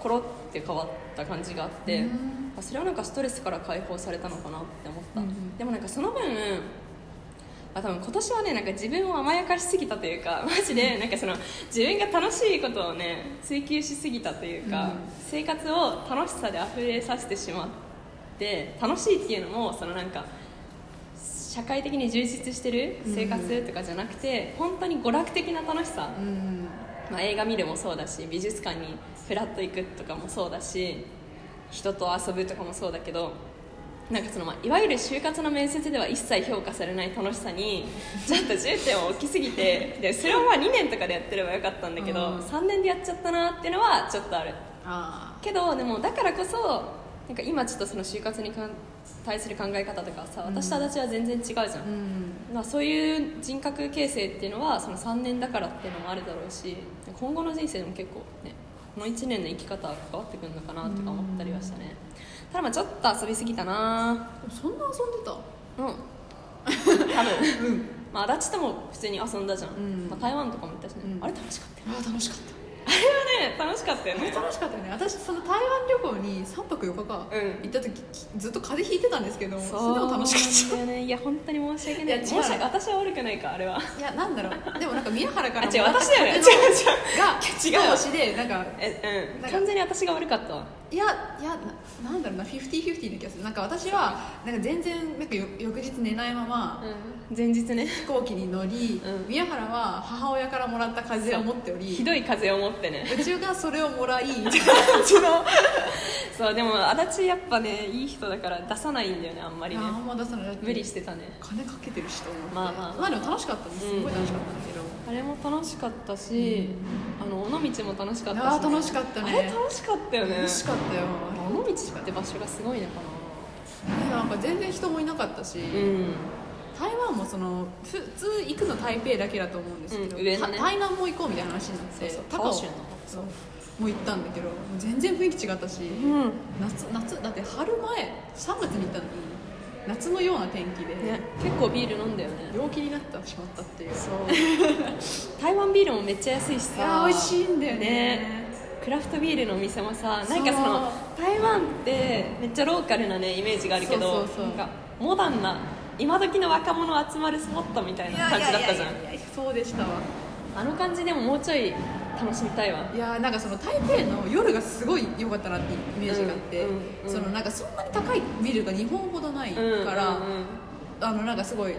B: コロって変わった感じがあっ
A: う
B: て
A: ん
B: あそれはなんかストレスから解放されたのかなって思った、
A: うんうん
B: でもなんかその分あ多分今年はねなんか自分を甘やかしすぎたというか *laughs* マジでなんかその自分が楽しいことをね追求しすぎたというか、
A: うん
B: 生活を楽しさで溢れさせてしまって楽しいっていうのもそのなんか社会的に充実してる生活とかじゃなくて、本当に娯楽的な楽しさ
A: う、うん
B: まあ、映画見るもそうだし美術館にフラッと行くとかもそうだし人と遊ぶとかもそうだけどなんかそのまあいわゆる就活の面接では一切評価されない楽しさにちょっと重点を置きすぎてでそれをまあ2年とかでやってればよかったんだけど、
A: うん
B: 3年でやっちゃったなっていうのはちょっとある
A: あ
B: けどでもだからこそなんか今ちょっとその就活にかん対する考え方とかさ私と足立は全然違うじゃん
A: あうん
B: まあ、そういう人格形成っていうのはその3年だからっていうのもあるだろうし今後の人生でも結構ねこの1年の生き方は関わってくるのかなとか思ったりはしたねただまあちょっと遊びすぎたな
A: そんな遊んでた
B: うん多分、まあ、足立とも普通に遊んだじゃん、
A: うん
B: まあ、台湾とかも行ったしね、
A: うん
B: あれ楽しかったよ
A: あ楽しかった
B: ね楽しかったよね
A: 楽しかったよね私その台湾旅行に3泊4日か、
B: うん
A: 行った時きずっと風邪ひいてたんですけどそれでも楽しかった
B: そうなんだよねいや本当に申し訳ない
A: いや違う
B: 申し訳私は悪くないかあれはい
A: やなんだろうでもなんか宮原か
B: あ
A: ら
B: 違う私だよね
A: *laughs*
B: *laughs* 違う
A: 違
B: 違う
A: うが違う星でなんか
B: えうん
A: なんか
B: 完全に私が悪かったわ
A: いやいやななんだろうなフィフティフィフティな気がするなんか私はなんか全然なんかよ翌日寝ないまま、
B: うん前日ね
A: 飛行機に乗り、
B: うん
A: 宮原は母親からもらった風邪を持ってお
B: ひ
A: り
B: どい風を持って *laughs* ね
A: うちがそれをも
B: *laughs*
A: らい
B: そうでも足立やっぱねいい人だから出さないんだよねあんまりね
A: あんま出さないだって
B: 無理してたね
A: 金かけてるしと思って
B: まあまあ
A: まあでも楽しかったですすごい楽しかったんだけど、
B: あれも楽しかったし、あの尾道も楽しかったし、
A: あー楽しかったね
B: あれ楽しかったよね
A: 楽しかったよ
B: 尾道って場所がすごいのかな
A: なんか全然人もいなかったし、
B: うん
A: 台湾もその普通行くの台北だけだと思うんですけど、
B: うん上のね
A: た台南も行こうみたいな話になって
B: そうそう
A: 高雄
B: 高雄の
A: そうも行ったんだけど全然雰囲気違ったし、
B: うん
A: 夏夏だって春前3月に行ったのに夏のような天気で、
B: ね、結構ビール飲んだよね
A: 陽気になってしまったっていう
B: そう台湾ビールもめっちゃ安いし
A: いや
B: さ
A: ー美味しいんだよね
B: クラフトビールのお店もさ
A: そ
B: な
A: うん
B: かその台湾ってめっちゃローカルなねイメージがあるけど
A: そうそうそう
B: なんかモダンな今時の若者集まるスポットみたいな感じだったじゃ
A: いや
B: ん
A: いやいやいやそうでしたわ
B: あの感じでももうちょい楽しみたいわ
A: いやーなんかその台北の夜がすごい良かったなっていうイメージがあって、
B: うんうん
A: そのなんかそんなに高いビルが日本ほどないか
B: うん
A: ら、
B: うんうん
A: あのなんかすごい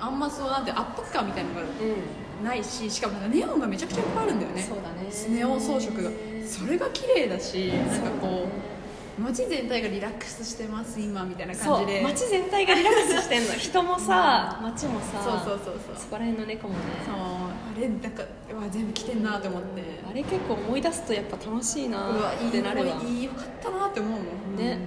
A: あんまそうなんて圧迫感みたいなのが
B: う
A: ないししかもなんかネオンがめちゃくちゃいっぱいあるんだよ
B: ん
A: ね
B: そうだね
A: ネオン装飾がそれが綺麗だしなんかこ
B: う
A: う街全体がリラックスしてます今みたいな
B: そ
A: 感
B: う
A: じで
B: 街全体がリラックスして
A: *laughs*
B: んの人もさ街もさ
A: そうそうそうそう
B: そこら辺の猫もね
A: そうあれなんかうわ全部来てんなと思って
B: あれ結構思い出すとやっぱ楽しいうな
A: わい
B: っ
A: い
B: てなるわ
A: いいよかったなって思うもん
B: ね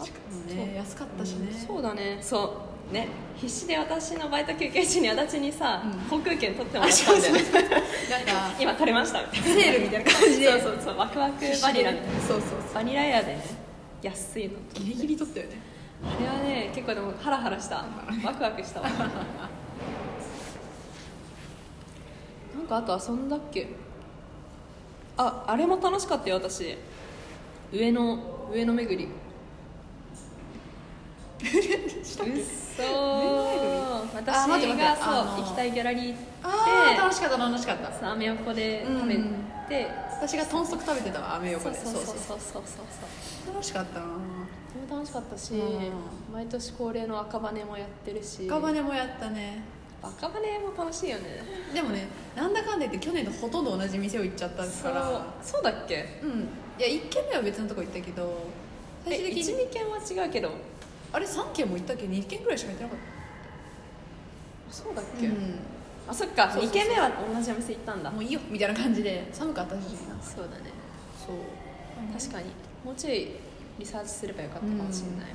A: うんしかもね安かったしね、
B: そうだねそうね必死で私のバイト休憩中に足立にさ、
A: うん
B: 航空券取ってもらったんだよね
A: なんか
B: 今取れましたみたいな
A: セールみたいな感じで
B: *laughs* そうそうそうワクワク *laughs* バニラみたいな
A: そうそうそ
B: バニラエアでね安いの
A: うギリギリ取ったよね
B: あれはね結構でもハラハラした *laughs* ワクワクした *laughs* わなんかあと遊んだっけああれも楽しかったよ私上野上野巡り
A: したっけ
B: そう私
A: あ待って待っ
B: が
A: て
B: そう
A: あの
B: 行きたいギャラリー
A: ああ楽しかった楽しかった
B: そうアメ横で食べ
A: うん
B: て
A: 私が豚足食べてたわアメ
B: そ
A: 横
B: う
A: で
B: そうそうそうそうそう
A: そう楽しかったな
B: とても楽しかったし
A: うん
B: 毎年恒例の赤羽もやってるし
A: 赤羽もやったね
B: 赤羽も楽しいよね
A: でもねなんだかんだ言って去年とほとんど同じ店を行っちゃった
B: そ
A: か
B: う
A: ら
B: そうだっけ
A: うんいや1軒目は別のとこ行ったけど最終的に
B: 12件は違うけど
A: あれ3軒も行ったっけ2軒ぐらいしか行ってなかっ
B: そうだった
A: っ
B: け、
A: け、
B: あそっか
A: そうそうそう
B: 2軒目は同じお店行ったんだ
A: もういいよみたいな感じで寒かったしな
B: そうだね
A: そう
B: 確かにもうちょいリサーチすればよかったかもしれない、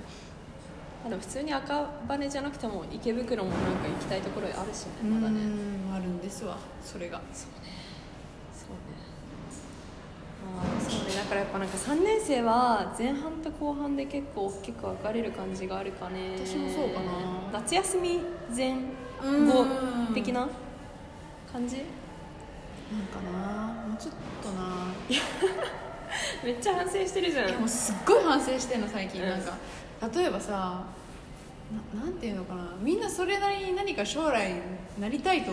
B: あでも普通に赤羽じゃなくても池袋もなんか行きたいところあるしね
A: ま
B: ま
A: だ
B: だ
A: ね
B: ね
A: あるんですわそれが
B: そうねあーそうねだからやっぱなんか3年生は前半と後半で結構大きく分かれる感じがあるかね
A: 私もそうかな
B: 夏休み前後
A: うん
B: 的な感じ
A: なんかなもうちょっとな
B: めっちゃ反省してるじゃん
A: いやもうすっごい反省してんの最近
B: うん
A: なんか例えばさななんていうのかなみんなそれなりに何か将来なりたいと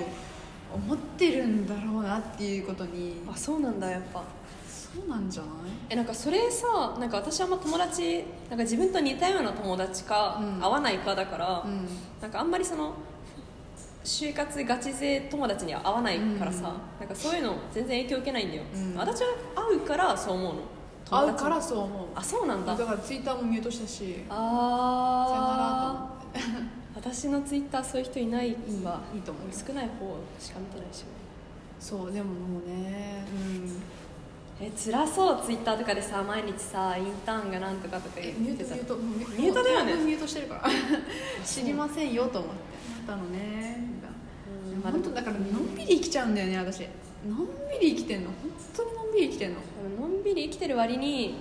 A: 思ってるんだろうなっていうことに
B: あそうなんだやっぱ
A: そうなんじゃない
B: えなんかそれさなんか私はあんま友達なんか自分と似たような友達か、
A: うん
B: 合わないかだから、
A: うん
B: なんかあんまりその就活ガチ勢友達には合わないからさ、なんかそういうの全然影響受けないんだよ、
A: うん
B: 私は合うからそう思うの
A: 会う
B: 友達も
A: からそう思う
B: あそうなんだ
A: だ
B: あ
A: からツイッターもミュートしたし
B: あー私のツイッターそういう人いないわ
A: いいわいいと思うよ
B: 少ない方しか見てないし
A: そうでももうねうん
B: え辛そうツイッターとかでさ毎日さインターンがなんとかとか言
A: え
B: っ
A: ミュー
B: て
A: ト
B: た
A: ミュート
B: ミュートだ
A: も
B: よね
A: う全部ミュートしてるから *laughs* 知りませんよと思ってなったのねみたいな
B: うんまあで
A: 本
B: も
A: 当だからのんびり生きちゃうんだよね私のんびり生きてんの本当にのんびり生きてんの
B: のんびり生きてる割に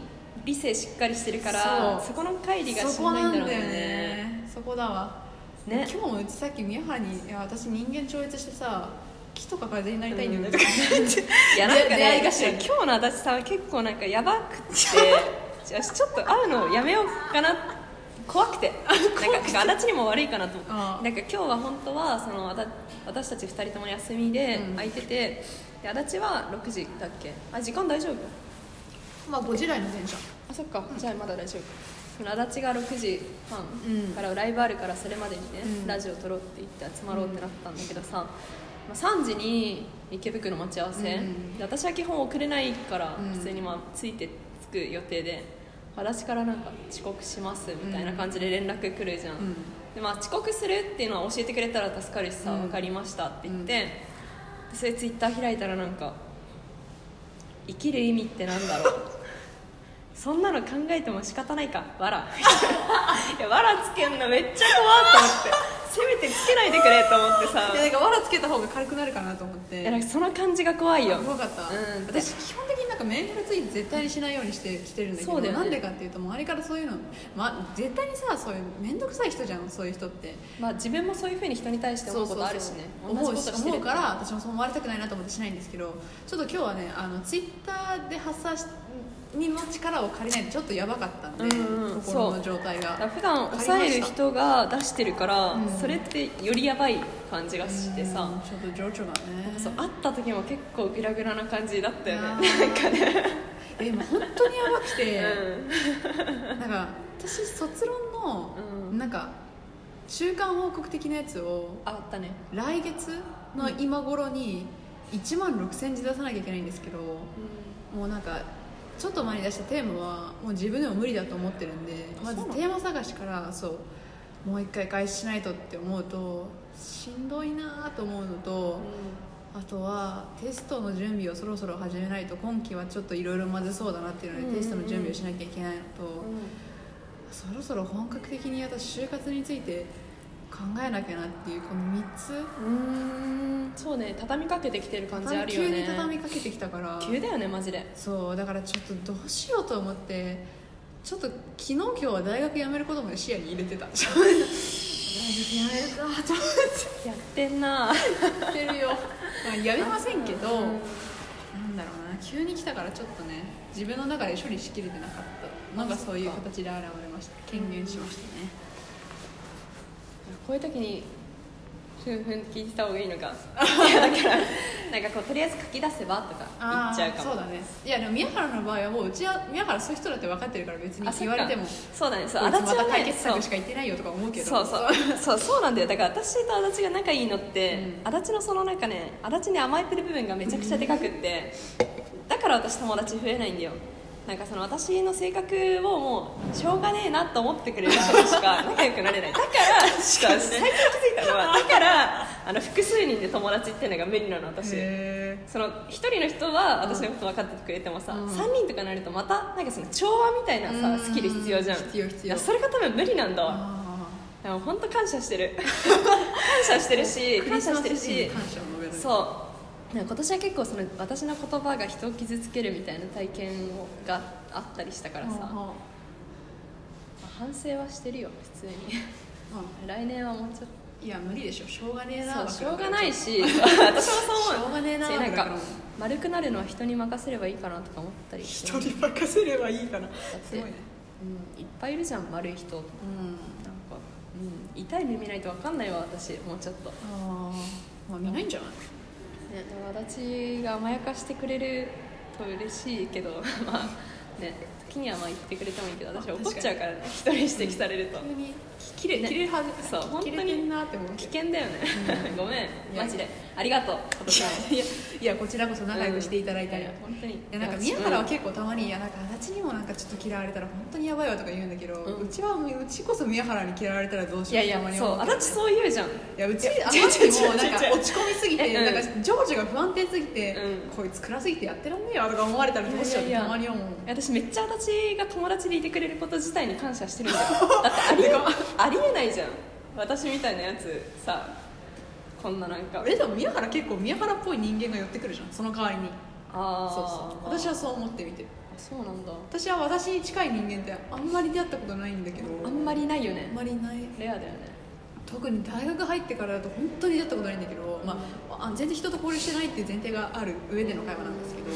B: 理性しっかりしてるから
A: そう
B: そこの乖離がし
A: そ
B: ん
A: こ
B: どい
A: なんん
B: だろう
A: だよ
B: ね
A: ねそこだわ、
B: ね
A: 今日もうちさっき宮原に「いや私人間超越してさ木とか風になりたいんだよね」とか言って
B: いやなん
A: 出
B: か
A: 会
B: ね
A: い頭
B: 今日の足立さんは結構なんかやばくて
A: *laughs*
B: じゃあちょっと会うのやめようかな怖くてなんか足立にも悪いかなと思って
A: ああ
B: なんか今日は本当はそのわた私たち2人とも休みで
A: うん
B: 空いてて、で足立は6時だっけあ時間大丈夫
A: *laughs* まあ5時台の電車
B: あそっか、じゃあまだ大丈夫その足立が6時
A: うん
B: 半からライブあるからそれまでにね、
A: うん
B: ラジオ撮ろうって言って集まろうってなったんだけどさ、まあ、3時に池袋待ち合わせ、
A: うん
B: で私は基本遅れないから
A: うん
B: 普通にまあついてつく予定で私からなんか遅刻しますみたいな感じで連絡来るじゃん、
A: うん
B: でまあ、遅刻するっていうのは教えてくれたら助かるしさ、
A: う
B: わ
A: ん
B: 分かりましたって言って、でそれツイッター開いたらなんか生きる意味ってなんだろうそんなの考えても仕方ないかわら *laughs* いやわらつけんのめっちゃ怖っと思ってせめてつけないでくれと思ってさ
A: いやなんかわらつけた方が軽くなるかなと思っ
B: い
A: て
B: やなんかその感じが怖いよ
A: 怖かった、
B: うん
A: 私基本的になんかメンヘラツイート絶対にしないようにしてしてるんだけ
B: そ
A: ど
B: うだよね
A: なんでかっていうと周りからそういうの、まあ、絶対にさそういう面倒くさい人じゃんそういう人って
B: まあ、自分もそういうふうに人に対して思うことあるしね
A: そうそうそう
B: 同じことして
A: 思
B: る
A: うから私もそう思われたくないなと思ってしないんですけどちょっと今日はねあのツイッターで発散しにの力を借りないでちょっとやばかったんで、
B: うんう
A: 心
B: んそ
A: の
B: う
A: 状態
B: だから
A: が
B: 普段抑える人が出してるから、
A: うん
B: それってよりやばい感じがしてさ、
A: うんちょっと情緒がね
B: そう会った時も結構グラグラな感じだったよね
A: あ
B: なん
A: ー
B: かね、
A: *laughs* え今本当にやばくて、
B: う
A: なんか私卒論の、
B: うん
A: なんか中間報告的なやつを
B: ん、あったね
A: 来月の今頃に1万6000字出さなきゃいけないんですけど、もうなんかちょっと前に出したテーマはもう自分でも無理だと思ってるんで
B: あ
A: まず
B: そうなの
A: テーマ探しからそうもう一回開始しないとって思うとしんどいなと思うのと、あとはテストの準備をそろそろ始めないと今期はちょっといろいろまずそうだなっていうので、
B: うんうんうん
A: テストの準備をしなきゃいけないのと、そろそろ本格的に私就活について考えなきゃなっていうこの3つ
B: うん、うん、そうね畳みかけてきてる感じあるよね
A: 急に畳みかけてきたから
B: 急だよねマジで
A: そうだからちょっとどうしようと思ってちょっと昨日今日は大学辞めることも視野に入れてた大学辞めるかと思
B: やってんな
A: って言ってるよ、 *laughs* まあ、辞めませんけど、
B: うん
A: なんだろうな急に来たからちょっとね自分の中で処理しきれてなかったのがそういう形で現れました権限しましたね、
B: こういう時にふんふんって聞いてた方がいい
A: *laughs*
B: のかいやだからなんかこうとりあえず書き出せばとか言
A: あ
B: っちゃうかも
A: そうだねいやでも宮原の場合はもううちは宮原そういう人だって分かってるから別に
B: あそっ
A: 言
B: か
A: われても
B: そうだねそう
A: こい
B: 足
A: つ
B: 立
A: また
B: はね
A: 解決
B: そう
A: 策しか言ってないよとか思うけど
B: そうそう
A: *laughs*
B: そうそうなんだよだから私と足立が仲いいのって、
A: う
B: 足立のそのなんかね足立に甘えてる部分がめちゃくちゃでかくってだから私友達増えないんだよなんかその私の性格をもうしょうがねえなと思ってくれる人としか仲良くなれないだからそう最近気づいた
A: *laughs*
B: のはだからあの複数人で友達っていうのが無理なの私
A: へー
B: その1人の人は私のこと分かっててくれてもさ、
A: うん
B: 3人とかになるとまたなんかその調和みたいなさ、
A: うん
B: スキル必要じゃん
A: 必要必要
B: いやそれが多分無理なんだわ、
A: あ
B: でも本当感謝してる *laughs* 感謝してるし
A: ー
B: 感謝し
A: ク
B: てる
A: リスマ
B: し
A: スに感謝を述べる
B: そうでも今年は結構その私の言葉が人を傷つけるみたいな体験をがあったりしたからさ、
A: うん
B: ま
A: うん
B: あ反省はしてるよ普通に *laughs* 来年はもうちょっ
A: いや無理でしょしょうがねえな
B: とそうしょうが
A: い
B: ないし私もそう
A: し
B: 思う
A: ょうがねえな
B: しん
A: だ
B: か
A: から
B: 丸くなるのは人に任せればいいかなとか思ったりして
A: 人に任せればいいからす
B: す
A: ご
B: ご
A: い
B: い
A: ね
B: ねうん、いっぱいいるじゃん丸い人なんか、
A: うん
B: うん、痛い目見ないと分かんないわ私もうちょっと
A: あーまあ見ないんじゃない
B: ね、でも私が甘やかしてくれると嬉しいけど *laughs* まあね時にはまあ言ってくれてもいいけど私は怒っちゃうからね一人指摘されると
A: 急に切れ
B: ね
A: 切れはず
B: そう本当に
A: 切れてんなって思う
B: 危
A: けど
B: 険だよね *laughs* ごめん
A: いや
B: マジでありがとう今年も
A: いやいやこちらこそ仲良くしていただいたり、
B: うんや本当にい
A: いやなんか宮原は結構たまに「いやなんか足立にもなんかちょっと嫌われたら本当にやばいわ」とか言うんだけど、う
B: うん
A: ちはもううちこそ宮原に嫌われたらどうし
B: い
A: よ
B: や
A: う
B: い
A: ってたま
B: や
A: に
B: そう
A: 思
B: 足立そう言うじゃん
A: いやうちあま
B: 違う違う
A: りにもなん
B: 違う違
A: か
B: う
A: 落ち込みすぎて
B: えうん
A: なんか情緒が不安定すぎて、
B: うん
A: こいつ暗すぎてやってらんねえよとか思われたらどうしようっ
B: い
A: て
B: やいや
A: たまに思う
B: 私めっちゃ足立が友達でいてくれること自体に感謝してるんだよ
A: *laughs*
B: だってありえありえないじゃん私みたいなやつさこんななんか
A: えでも宮原結構宮原っぽい人間が寄ってくるじゃんその代わりに
B: ああ
A: そうそう私はそう思って見てる
B: そうなんだ
A: 私は私に近い人間ってあんまり出会ったことないんだけど
B: あんまりないよ
A: あ
B: ね
A: んまりない
B: レアだよね
A: 特に大学入ってからだと本当に出会ったことないんだけど、まあ、あ全然人と交流してないっていう前提がある上での会話なんですけどね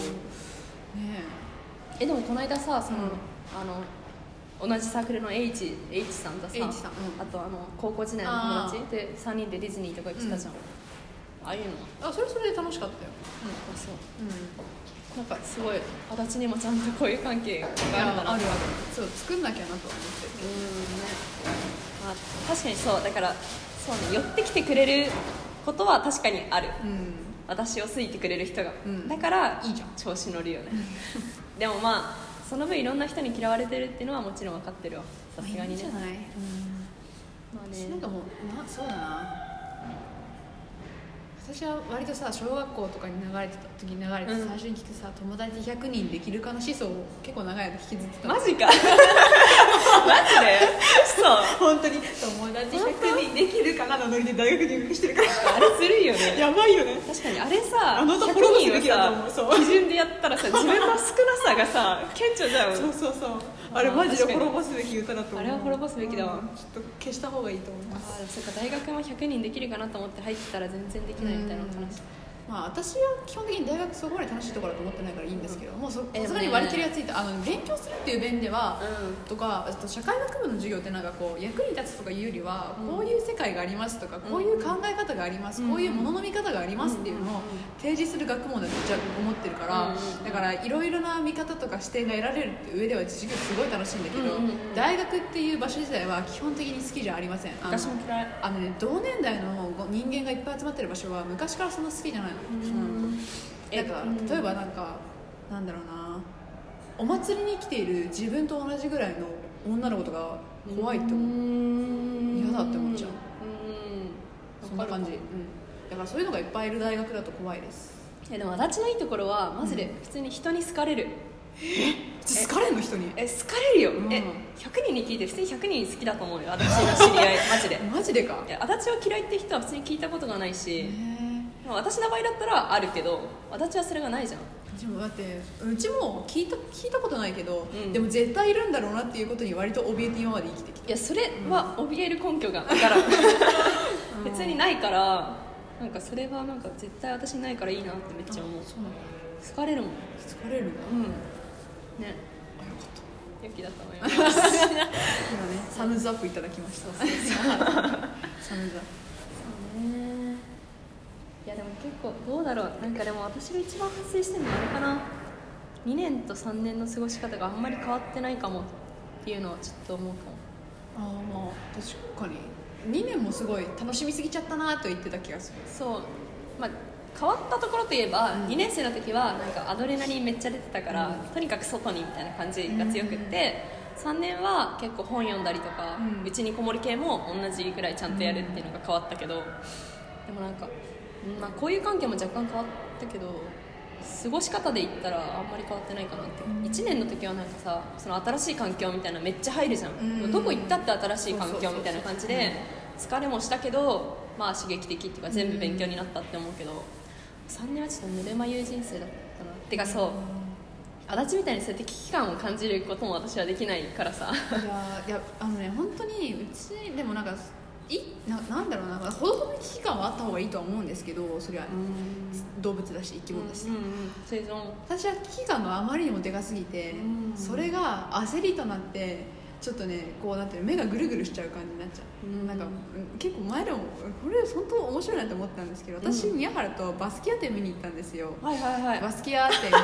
B: えでもこの間さその、
A: うん
B: あの同じサークルの H, H さんとさ
A: H さんうん
B: あとあの高校時代の友達で3人でディズニーとか行ってたじゃん、ああいうのは
A: えあそれはそれで楽しかったよ、
B: あそう
A: うん、
B: なんかすごい足立にもちゃんとこういう関係があるん
A: いや
B: だな
A: あるあるそう作んなきゃなとは思って
B: うーんね、まあ、確かにそうだからそうね寄ってきてくれることは確かにある
A: る
B: 私を好いてくれる人が、
A: うん
B: だから
A: いいじゃん
B: 調子乗るよね *laughs* でもまあその分いろんな人に嫌われてるっていうのはもちろん分かってるわ
A: う
B: さ
A: ん
B: すが
A: い
B: に
A: いんじ
B: ね
A: ゃない、
B: まあ
A: うん、
B: ね
A: 私なんかもうなそうだな私は割とさ小学校とかに流れてた時に流れて
B: うん
A: 最初に聞くさ、友達100人できるかの思想を結構長い間引きずってたの
B: マジか *laughs* マジでそう
A: 本当に友達100人できるかなのノリで大学入学してる
B: *laughs*
A: から
B: あれずるいよね
A: やばいよね
B: 確かにあれさ
A: あのと
B: 100
A: ころ
B: 人
A: すべきだと思う
B: をさ
A: そう
B: 基準でやっ
A: *laughs*
B: たらさ自分の少なさがさ顕著じゃん
A: そうそうそう
B: あ
A: あれマジで
B: 確かに
A: 滅ぼすべき歌だと思う
B: あれは滅ぼすべきだわ
A: うんちょっと消した方がいいと思い
B: あ
A: ます
B: ーでもそっか大学も100人できるかなと思って入ったら全然できないみたいなお話
A: まあ私は基本的に大学そこまで楽しいところだと思ってないからいいんですけど、もうそ
B: えで
A: さ
B: も
A: すがに割り切りがついたあの勉強するっていう面では、
B: うん
A: とかあと社会学部の授業ってなんかこう役に立つとかいうよりは、
B: うん
A: こういう世界がありますとかこういう考え方があります、
B: うん
A: こういうものの見方がありますっていうの
B: うん
A: を提示する学問だとじゃ思ってるから、
B: うん
A: だからいろいろな見方とか視点が得られるって上では授業すごい楽しいんだけど、
B: うんうんうん
A: 大学っていう場所自体は基本的に好きじゃありません。あの
B: 私も嫌い
A: あのね、同年代の人間がいっぱい集まってる場所は昔からそんな好きじゃないの、うん
B: え
A: なんか
B: うん
A: 例えばなんかなんだろうなお祭りに来ている自分と同じぐらいの女の子とか怖いって思う、
B: 思
A: 嫌だって思っちゃうそん
B: わ
A: な
B: かる
A: 感じ、うん、だからそういうのがいっぱいいる大学だと怖いです
B: えでも足立のいいところはマジで普通に人に好かれる、
A: 好かれんの人に
B: え好かれるよ、
A: うん
B: え100人に聞いて普通に100人好きだと思うよ足立の知り合いマジで
A: マジでか
B: いや足立を嫌いって人は普通に聞いたことがないし、
A: へえ
B: まあ私の場合だったらあるけど足立はそれがないじゃん
A: でもだってうちも聞いた聞いたことないけど、
B: うん
A: でも絶対いるんだろうなっていうことに割と怯えて今まで生きてきた
B: いやそれは怯える根拠がだからん別にないからなんかそれはなんか絶対私ないからいいなってめっちゃ思う
A: そうなんだ
B: 好かれるもん
A: 疲れるな
B: うんね
A: あよかった
B: 良きだと思いま
A: *laughs*
B: す
A: 今ねサムズアップいただきました寒さ
B: そうねいやでも結構どうだろうなんかでも私が一番発生してるのはあれかな2年と3年の過ごし方があんまり変わってないかもっていうのはちょっと思うかも
A: ああまあ確かに2年もすごい楽しみすぎちゃったなと言ってた気がする
B: そうまあ変わったところといえば、
A: うん
B: 2年生の時はなんかアドレナリンめっちゃ出てたから、
A: うん
B: とにかく外にみたいな感じが強くって、3年は結構本読んだりとか
A: うん
B: うち、にこもり系も同じぐらいちゃんとやるっていうのが変わったけど、でもなんか、うんまあ、こういう関係も若干変わったけど過ごし方で言ったらあんまり変わってないかなって、
A: うん
B: 1年の時はなんかさその新しい環境みたいなのめっちゃ入るじゃん、
A: うん
B: どこ行ったって新しい環
A: そうそう
B: 境
A: そう
B: みたいな感じで疲れもしたけど、まあ、刺激的っていうか全部勉強になったって思うけど、3年はちょっとぬるま湯人生だったなてかそう足立みたいにそうやって危機感を感じることも私はできないからさ
A: いやいやあのね本当にうちでもなんかいななんだろうなほどほどの危機感はあった方がいいとは思うんですけどそれは動物だし生き物だし、
B: うんうんうんそれとも
A: 私は危機感があまりにもでかすぎて、
B: うん
A: それが焦りとなってちょっとねこうなんていうの目がぐるぐるしちゃう感じになっちゃう、
B: うん
A: なんかうん結構前でもこれ本当面白いなと思ったんですけど私、
B: うん
A: 宮原とバスキア店見に行ったんですよ、
B: はいはいは
A: バスキア店が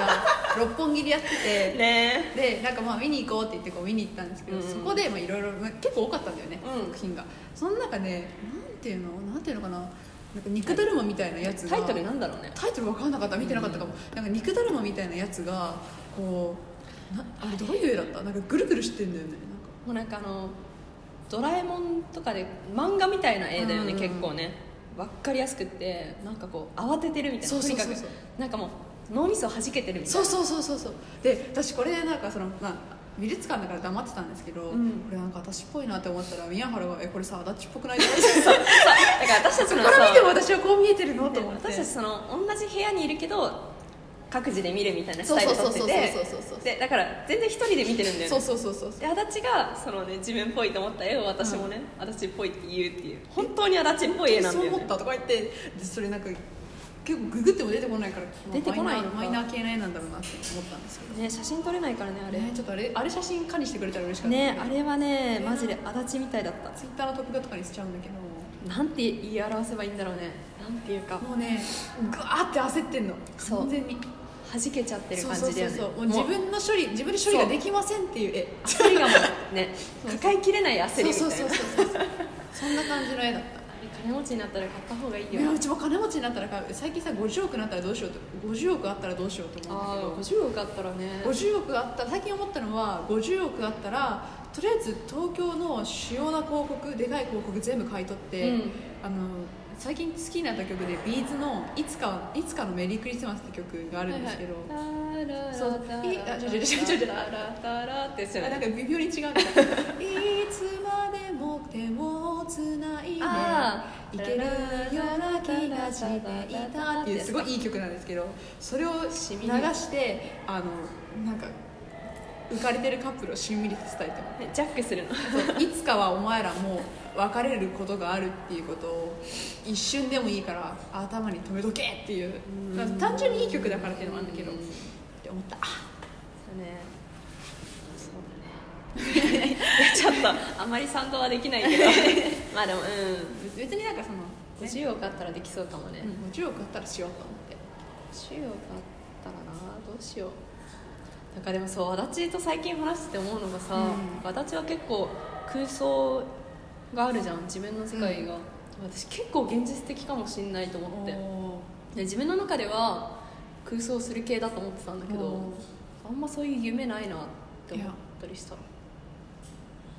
A: 六本木でやってて、
B: *laughs* ね
A: でなんかまあ見に行こうって言ってこう見に行ったんですけど、
B: うん
A: そこでまあいろいろまあ結構多かったんだよね、
B: うん
A: 作品がその中でなんていうのなんていうのかななんか肉だるまみたいなやつが
B: タイトルなんだろうね
A: タイトル分かんなかった見てなかったかも、なんか肉だるまみたいなやつがこうなあれどういう絵だったなんかぐるぐるしてんだよね
B: もうなんかあの「ドラえもん」とかで漫画みたいな絵だよね、
A: うん
B: 結構ねわかりやすくってなんかこう慌ててるみたいな
A: そうそうそう
B: とにかくなんかもう脳みそはじけてるみたいな
A: そうそうそうそうそうで私これなんかそのまあ美術館だから黙ってたんですけど、
B: うん
A: これなんか私っぽいなって思ったら宮原が「えこれさ足立っぽくない?」って
B: だから私たち
A: こ
B: の
A: れ
B: さ
A: 見ても私はこう見えてるのと思って
B: 私たちその同じ部屋にいるけど各自で見るみたいなス
A: そう
B: タイ
A: そう
B: ル
A: そ
B: 取
A: う
B: って
A: そうそうそう
B: て
A: そう
B: でだから全然一人で見てるんだよね
A: そうそうそうそうそう
B: で足立がその、ね、自分っぽいと思った絵を私もね、足立っぽいって言うっていう本当に足立っぽい絵なんだ
A: そう
B: よ、
A: 思
B: ね
A: っ、たとか言ってでそれなんか結構ググっても出てこないから
B: 出てこな
A: マイ
B: いの
A: ナー
B: か
A: マイナー系の絵なんだろうなって思ったんですけど
B: ね写真撮れないからねあ
A: あ
B: れ
A: れ
B: ね
A: ちょっとあれあれ写真加にしてくれたら嬉しかったんだけど
B: あれはね
A: ね
B: マジで足立みたいだった
A: ツイッターのトップ画とかにしちゃうんだけど
B: なんて言い表せばいいんだろうねなんていうか
A: もうねグワーって焦ってんの
B: そう
A: 完全に
B: 弾けちゃってる感じだよ
A: そうそ
B: ね
A: うそうそうもう自分の処理自分で処理ができませんっていう絵
B: 焦りがも
A: *laughs*
B: うね抱えきれない焦りみたい
A: そ
B: な
A: うそうそうそうそうそんな感じの絵だった
B: 金持ちになったら買った方がいい
A: い
B: よ
A: やうちも金持ちになったら買う最近さ50億になったらどうしようと50億あったらどうしようと思うんだ
B: あ
A: けど
B: あ50億あったらね
A: 50億あった最近思ったのは50億あったらとりあえず東京の主要な広告でかい広告全部買い取って、
B: うん
A: あの最近好きになった曲でビーズのいつか「いつかのメリークリスマス」って曲があ
B: あ
A: るんですけど、
B: そういあちょちょちょちょちょって
A: あなんか
B: か
A: 微妙に違うんだいつまでも手をつない
B: あ
A: でいけるような気がしていたっていうすごいいい曲なんですけどそれを流
B: しみる
A: してあのなんか浮かれてるカップルをしんみりと伝えてま
B: ジャックするの
A: すいつかはお前らもう別れることがあるっていうことを一瞬でもいいから頭に留めとけっていう
B: うん
A: 単純にいい曲だからっていうのもあるんだけどっ
B: うん
A: て思った
B: そうねそうだねいやちょっとあまり賛同はできないけどまあでもうん
A: 別になんかその、ね、
B: 50億あったらできそうかもね
A: うん50億あったらしようと思って。
B: 50億あったらなどうしようなんかでもそう足立と最近話してて思うのがさ、
A: う
B: 足立は結構空想があるじゃん自分の世界が、私結構現実的かもしんないと思ってで自分の中では空想する系だと思ってたんだけど
A: おー
B: あんまそういう夢ないなって思ったりしたあ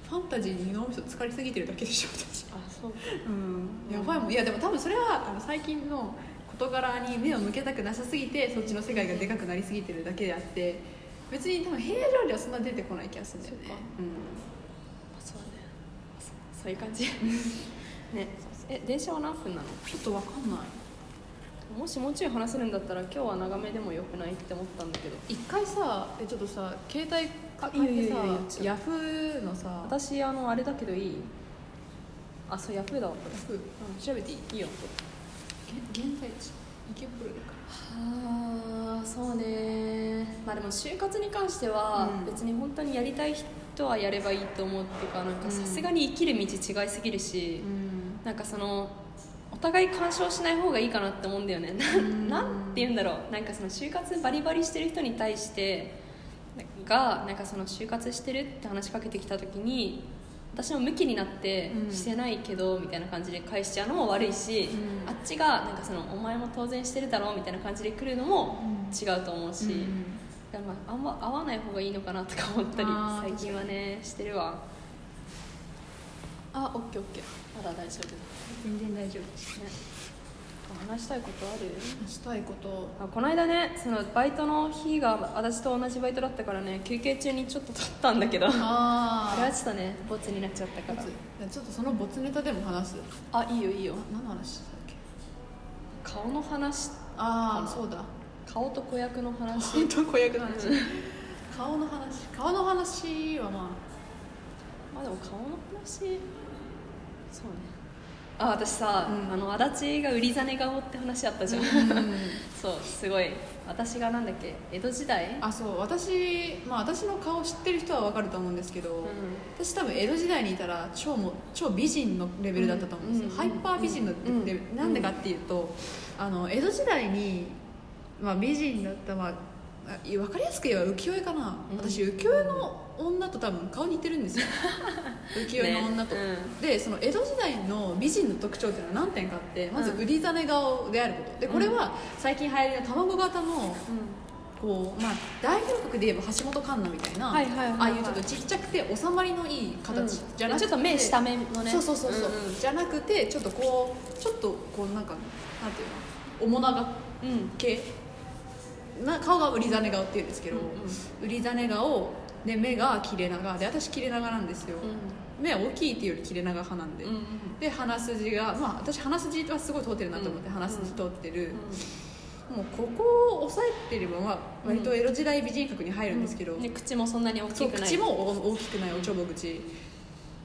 A: ファンタジーに脳みそ疲れすぎてるだけでしょ私
B: そうか
A: うんやばいもんいやでも多分それはあの最近の事柄に目を向けたくなさすぎてそっちの世界がでかくなりすぎてるだけであって別に多分平常ではそんな出てこない気がするんだよね
B: そっか
A: う
B: まあそうだねそそういう感じ *laughs* ねえ電車は何分なの
A: ん、ちょっとわかんない
B: もしもうちょい話せるんだったら今日は長めでもよくないって思ったんだけど
A: 一回さえちょっとさ携帯
B: あ
A: 変
B: いい
A: えて
B: よ
A: さ
B: いいよいいよ
A: ヤフーのさ
B: 私あのあれだけどいいあそうヤフーだわ
A: ヤフー
B: うん調べていいいいよ
A: げ現在地池袋でか
B: はあそうねまあでも就活に関しては
A: うん
B: 別に本当にやりたい人はやればいいと思うっていうかなん
A: う
B: か
A: ん
B: さすがに生きる道違いすぎるし、
A: ん
B: なんかそのお互い干渉しない方がいいかなって思うんだよねななんて言うんだろうなんかその就活バリバリしてる人に対してがなんかその就活してるって話しかけてきた時に私もムキになって
A: うん
B: してないけど、みたいな感じで返しちゃうのも悪いし、
A: うん
B: あっちがなんかそのお前も当然してるだろみたいな感じで来るのも
A: うん
B: 違うと思うし、だからまああんま合わない方がいいのかなとか思ったり
A: あー
B: 最近はねしてるわあオッケーオッケーまだ大丈夫
A: 全然大丈夫です
B: ね話したいことある
A: したいこと
B: あこの間ねそのバイトの日が私と同じバイトだったからね休憩中にちょっと撮ったんだけどあ
A: あ
B: れは
A: あ
B: ちょっとねボツになっちゃったから
A: ちょっとそのボツネタでも話す
B: あいいよいいよ
A: 何の話したっけ
B: 顔の話
A: ああそうだ
B: 顔と子役の話
A: 本当子役の話 *laughs* 顔の話顔の話はま
B: まあでも顔の話そうねあ私さ、
A: うん
B: あの足立が売りざね顔って話あったじゃん、
A: あ、
B: *laughs* そうすごい私がなんだっけ江戸時代
A: あそう私まあ私の顔知ってる人はわかると思うんですけど、
B: うん
A: 私多分江戸時代にいたら超も超美人のレベルだったと思うんですよ、
B: うん
A: ハイパー美人のレベル、
B: うん
A: なんでかっていうとあの江戸時代に、まあ、美人だったまああ分かりやすく言えば浮世絵かな、
B: うん
A: 私浮世絵の女と多分顔似てるん
B: *laughs*
A: ですよ浮世絵の女と、
B: ね
A: でその江戸時代の美人の特徴っていうのは何点かあってまず
B: うん
A: 売りざね顔であることでこれは最近流行りの卵型のこうまあ、代表格で言えば橋本環奈みたいな、
B: はいはいはいはい
A: ああいうちょっとちっちゃくて収まりのいい形
B: うん
A: じゃなくて、
B: ちょっと目下目のね
A: そうそうそうそう、
B: うんうん
A: じゃなくてちょっとこうちょっとこうなんかなんていうの面長
B: うん、うん
A: 系な顔が売り種顔っていうんですけど、
B: うんうん
A: 売り種顔で目が切れ長で私切れ長なんですよ、目は大きいっていうより切れ長派なんで、
B: うんうん
A: で鼻筋がまあ私鼻筋はすごい通ってるなと思って、
B: うん
A: 鼻筋通ってる、
B: う
A: もうここを抑えてれば、まあ、割と江戸時代美人格に入るんですけど、
B: んで口もそんなに大
A: そ
B: き
A: う
B: くない
A: 口もお大きくないおちょぼ口、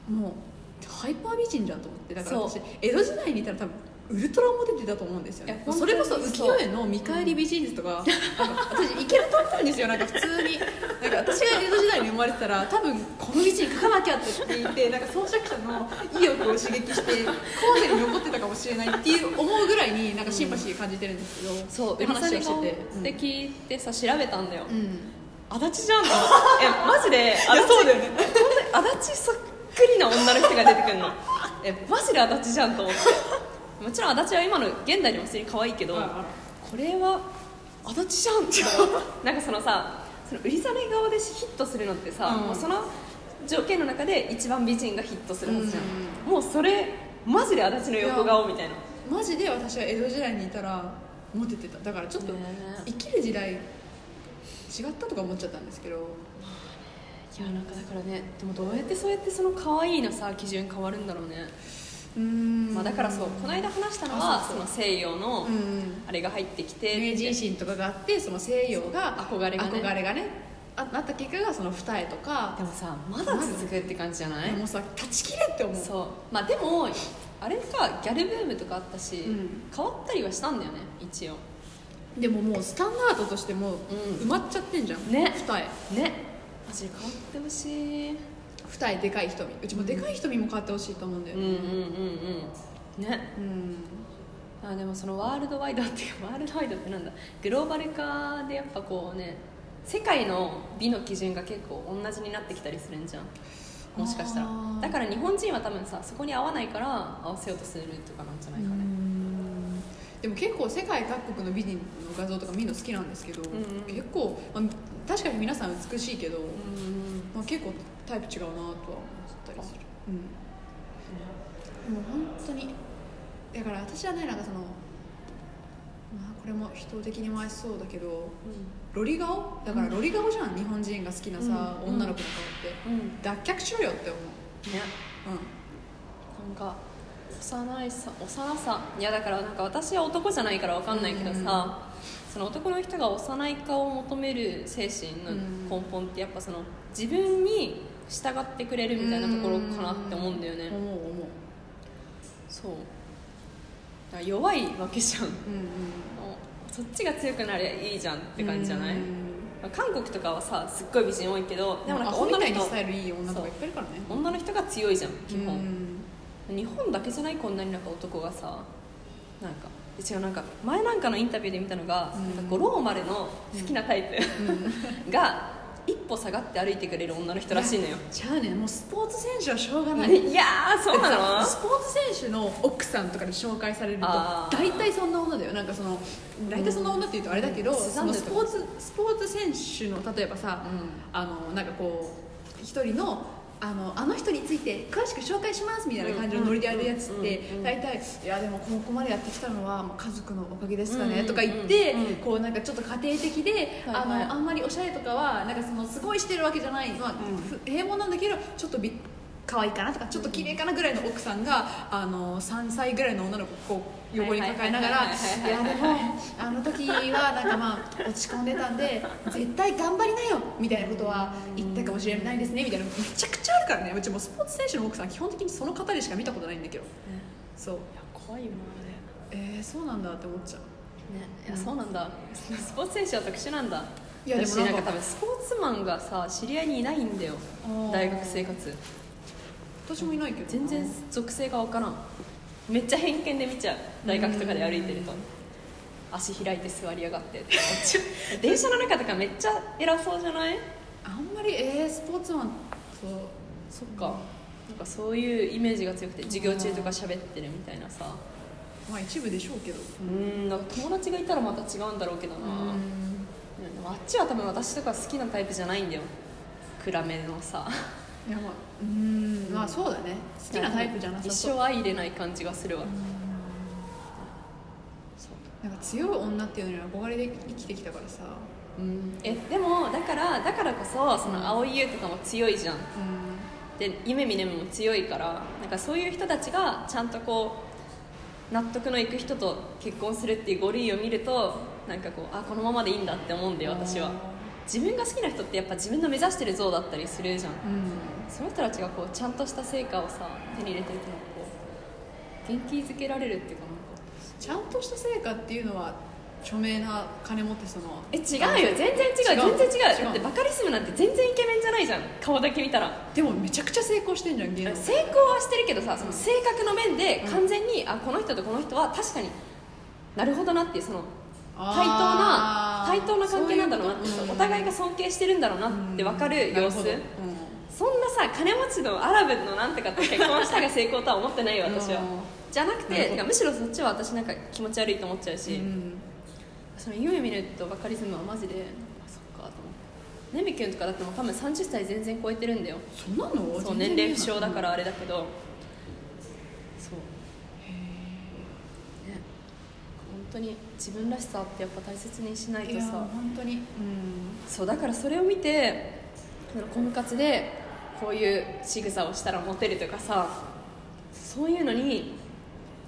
A: もうハイパー美人だと思ってだから
B: そ
A: 私
B: う
A: 江戸時代にいたら多分ウルトラモデルだと思うんですよ
B: いや
A: ね
B: 本当
A: そ
B: に
A: れこそ浮世絵の見返り美人図と
B: *laughs*
A: か,、なんか私いけると思うんですよなんか普通になんか私が江戸時代に生まれてたら多分この美人描かなきゃって言ってなんか創作者の意欲を刺激して後世に残ってたかもしれないっていう思うぐらいになんかシンパシー感じてるんですけど、
B: そう
A: で話をしてて
B: 素敵でさ調べたんだよ、
A: うん、うん
B: 足立じゃんと思ってえマジで
A: い
B: 足
A: や
B: 立
A: そうだよね
B: 本当に足立そっくりな女の人が出てくるのえマジで足立じゃんと思ってもちろん足立は今の現代でも普通に可愛いけど、これは足立じゃんってなんかそのさその売りざね顔でヒットするのってさ、
A: うん
B: もうその条件の中で一番美人がヒットするはずじゃん、
A: うん
B: もうそれマジで足立の横顔みたいな
A: マジで私は江戸時代にいたらモテてただからちょっと
B: ねえ
A: 生きる時代違ったとか思っちゃったんですけど
B: いやなんかだからねでもどうやってそうやってその可愛いのさ基準変わるんだろうね、
A: うん
B: まあ、だからそうこの間話したのは
A: あ
B: そ
A: そうそう
B: の西洋の
A: うん
B: あれが入ってきて
A: 明治維
B: み
A: 新とかがあってその西洋が
B: そう憧れがね
A: 憧れがねあなった結果がその二重と
B: たいな
A: か
B: でもさまだ続くって感じじゃない、
A: もうさ断ち切れって思う
B: そうまあでもあれかギャルブームとかあったし、
A: うん
B: 変わったりはしたんだよね一応
A: でももうスタンダードとしてもう
B: うん
A: 埋まっちゃってんじゃん、
B: ね
A: 二重
B: ねマジで変わってほしい
A: 二重でかい瞳うちもでかい瞳も変わってほしいと思うんだ
B: う
A: よ
B: ん
A: ね
B: うんうんうんね
A: うん
B: あでもそのワールドワイドっていうワ *laughs* ールドワイドってなんだグローバル化でやっぱこうね世界の美の基準が結構同じになってきたりするんじゃんもしかしたら
A: あー
B: だから日本人は多分さそこに合わないから合わせようとするとかなんじゃないかね
A: でも結構世界各国の美人の画像とか見るの好きなんですけど、
B: んうん
A: 結構、まあ、確かに皆さん美しいけど、
B: うん
A: まあ、結構タイプ違うなとは思ったりする、うん、もう本当にだから私はねなんかその、まあ、これも人的にも愛しそうだけどロリ顔だからロリ顔じゃん、日本人が好きなさ、
B: うん
A: 女の子の顔って、
B: うんうんね
A: 脱却しろよって思ううん
B: なんか幼いさ幼さいやだからなんか私は男じゃないからわかんないけどさ、その男の人が幼い顔を求める精神の根本ってやっぱその自分に従ってくれるみたいなところかなって思うんだよね、
A: 思う思う
B: そうだから弱いわけじゃん
A: うんうん
B: そっちが強くなりゃいいじゃんって感じじゃない、
A: うん
B: 韓国とかはさすっごい美人多いけどで
A: で
B: も
A: も
B: なんか
A: 女み
B: 女
A: た
B: の
A: いに
B: 人
A: スタイルいい女とかいっぱいいるからね
B: 女の人が強いじゃん基
A: う
B: 本
A: ん
B: 日本だけじゃないこんなになんか男がさなんか違うなんか前なんかのインタビューで見たのが、
A: うん
B: なんか五郎丸の好きなタイプが一歩下がって歩いてくれる女の人らしいのよ
A: ちゃうねんもうスポーツ選手はしょうがない
B: いやーそうな
A: だって
B: *laughs* の
A: さスポーツ選手の奥さんとかで紹介されると
B: あー
A: 大体そんな女だよなんかその大体そんな女っていうとあれだけど、
B: うん
A: そのスポーツスポーツ選手の例えばさ、
B: うん
A: あのなんかこう一人のあのあの人について詳しく紹介しますみたいな感じのノリでやるやつって
B: うんうんうん
A: 大体「いやでもここまでやってきたのはまあ家族のおかげですか
B: うんうんう
A: ね」
B: ん
A: とか言って
B: うん
A: こうなんかちょっと家庭的で
B: はい
A: あ
B: はい
A: のあんまりおしゃれとかはなんかそのすごいしてるわけじゃない、まあ
B: う
A: ふ
B: ん
A: 平凡なんだけどちょっとび可愛いかなとかちょっと綺麗かなぐらいの奥さんがあの3歳ぐらいの女の子をこう横に抱えながら
B: はい
A: 「い
B: はい
A: や
B: は
A: でもあの時はなんかまあ落ち込んでたんで絶対頑張りなよ」みたいなことは言ったかもしれないですねみたいなめちゃくちゃあるからねうちもうスポーツ選手の奥さん基本的にその方でしか見たことないんだけどそう
B: いや怖いよなあれ
A: えー、そうなんだって思っちゃう
B: ね、いや
A: うん
B: そうなんだスポーツ選手は特殊なんだ
A: いやでも
B: 私
A: なん
B: な
A: か
B: んか多分スポーツマンがさ知り合いにいないんだよ
A: あー
B: 大学生活
A: 私もいないけどな
B: 全然属性が分からんめっちゃ偏見で見ちゃう大学とかで歩いてると足開いて座りやがってって思っちゃう *laughs* 電車の中とかめっちゃ偉そうじゃない
A: あんまりえー、スポーツマンそう
B: そっかなんかそういうイメージが強くて授業中とか喋ってるみたいなさ
A: まあ一部でしょうけど
B: うんなんか友達がいたらまた違うんだろうけどな
A: うん
B: うんでもあっちは多分私とか好きなタイプじゃないんだよ暗めのさ
A: いやまあうーんまあそうだね好きなタイプじゃなさ
B: 一
A: そう
B: 生相入れない感じがするわそう
A: なんか強い女っていうのに憧れで生きてきたからさ
B: うんえでもだからだからこそその蒼井優とかも強いじゃん
A: う
B: で夢見ねむも強いからなんかそういう人たちがちゃんとこう納得のいく人と結婚するっていうゴリを見るとなんかこうあこのままでいいんだって思うんだよ私は自分が好きな人ってやっぱ自分の目指してる像だったりするじゃん
A: ん
B: その人たちがこうちゃんとした成果をさ手に入れてるっていうのはこう元気づけられるっていうかなんか
A: ちゃんとした成果っていうのは著名な金持ってその
B: え違うよ全然違う
A: 違う
B: 全然違う
A: 違う
B: だってバカリズムなんて全然イケメンじゃないじゃん顔だけ見たら
A: でもめちゃくちゃ成功してんじゃん芸能
B: 成功はしてるけどさその性格の面で完全に、あこの人とこの人は確かになるほどなっていうその対等
A: あ
B: な
A: ー
B: 対等な関係なんだろうなって
A: そういうこと
B: お互いが尊敬してるんだろうなって分かる様子、
A: なる
B: そんなさ金持ちのアラブのなんとかと結婚したが成功とは思ってないよ
A: うん
B: 私はじゃなく
A: なるほ
B: て
A: ど
B: てかむしろそっちは私なんか気持ち悪いと思っちゃう
A: ほど
B: し、
A: うんうん
B: その夢見るとバカリズムはマジであそっかと思ってねみきゅんとかだってもう多分30歳全然超えてるんだよ
A: そんなの
B: そう
A: 全然
B: 年
A: 見え
B: 齢
A: ない
B: 不詳だからあれだけど、そうね本当に自分らしさってやっぱ大切にしない
A: い
B: と
A: や
B: さ
A: 本当にうん
B: そうだからそれを見てその婚活でこういう仕草をしたらモテるとかさそういうのに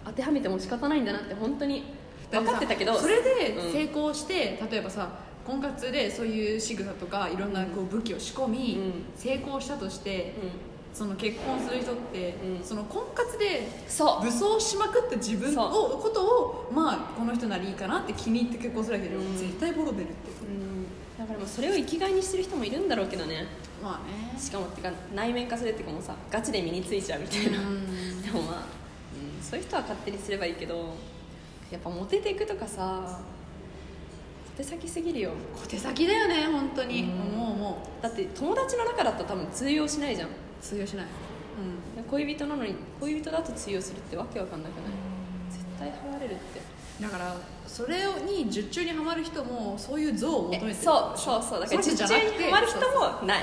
B: 当てはめても仕方ないんだなって本当に分かってたけど
A: それで
B: うん
A: 成功して、例えばさ婚活でそういう仕草とかいろんなこう武器を仕込み、
B: うん
A: 成功したとして、
B: うん
A: その結婚する人って、
B: うん
A: その婚活で
B: そう
A: 武装しまくった自分のことをまあこの人ならいいかなって気に入って結婚するわけで、
B: うん
A: 絶対ボロ出るって
B: うんだからもうそれを生きがいにしてる人もいるんだろうけどね
A: まあね
B: *laughs* しかもってか内面化するっていうかもうさガチで身についちゃうみたいな、でもまあ、うん、そういう人は勝手にすればいいけどやっぱモテていくとかさ小手先すぎるよ
A: 小手先だよね本当に、
B: うん
A: もうも
B: だって友達の中だと多分通用しないじゃん
A: う通用しない、
B: 恋人なのに恋人だと通用するってわけわかんなくない絶対ハマれるって
A: だからそれに術中にはまる人もそういう像を求めて
B: え
A: る
B: そうそうそうだから
A: そう
B: 実
A: じゃなくて
B: 中にハマる人もな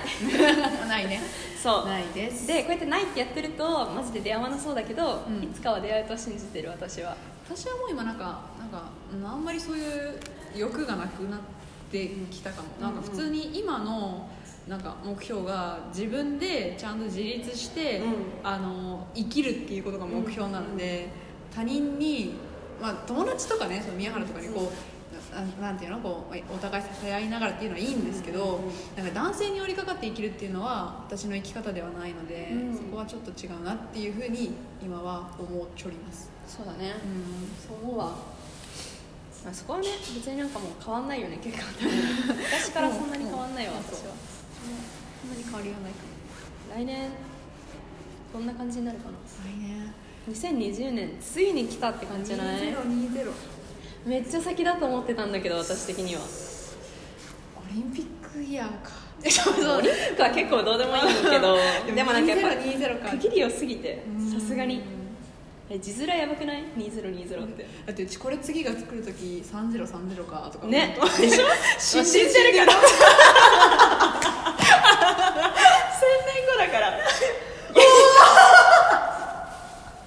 A: *laughs*
B: い
A: ないね
B: そう
A: ないです
B: でこうやってないってやってるとマジで出会わなそうだけど、
A: うん
B: いつかは出会うと信じてる私は
A: 私はもう今なんかなんかうんあんまりそういう欲がなくなってきたかも、
B: うん
A: なんか普通に今のなんか目標が自分でちゃんと自立して、
B: うん
A: あの生きるっていうことが目標なので、他人に、まあ、友達とかねその宮原とかにこう、ななんていうのこうお互い支え合いながらっていうのはいいんですけど、
B: うん
A: なんか男性に寄りかかって生きるっていうのは私の生き方ではないので、
B: うん
A: そこはちょっと違うなっていうふうに今は思っちょります。
B: そうだね、
A: うん
B: そう思うわまあそこはね別になんかもう変わんないよね結果
A: *laughs*
B: 昔からそんなに変わんないわ
A: うん
B: 私は
A: そんなに変わりがないか
B: 来年どんな感じになるかな
A: 来年
B: 2020年ついに来たって感じじゃない
A: 2020
B: めっちゃ先だと思ってたんだけど私的には
A: オリンピックイヤーか
B: オリンピックは結構どうでもいいんだけど
A: でも
B: でもなんかやっぱ
A: *laughs* 2020か
B: 区切りを過ぎて
A: うん
B: さすがにえ字面やばくない2020って
A: だってうちこれ次が作る時3030かとか
B: ね
A: 思うと
B: でしょ
A: 死ん
B: 死ん
A: で
B: で
A: る
B: る
A: か
B: からら *laughs* 年後だから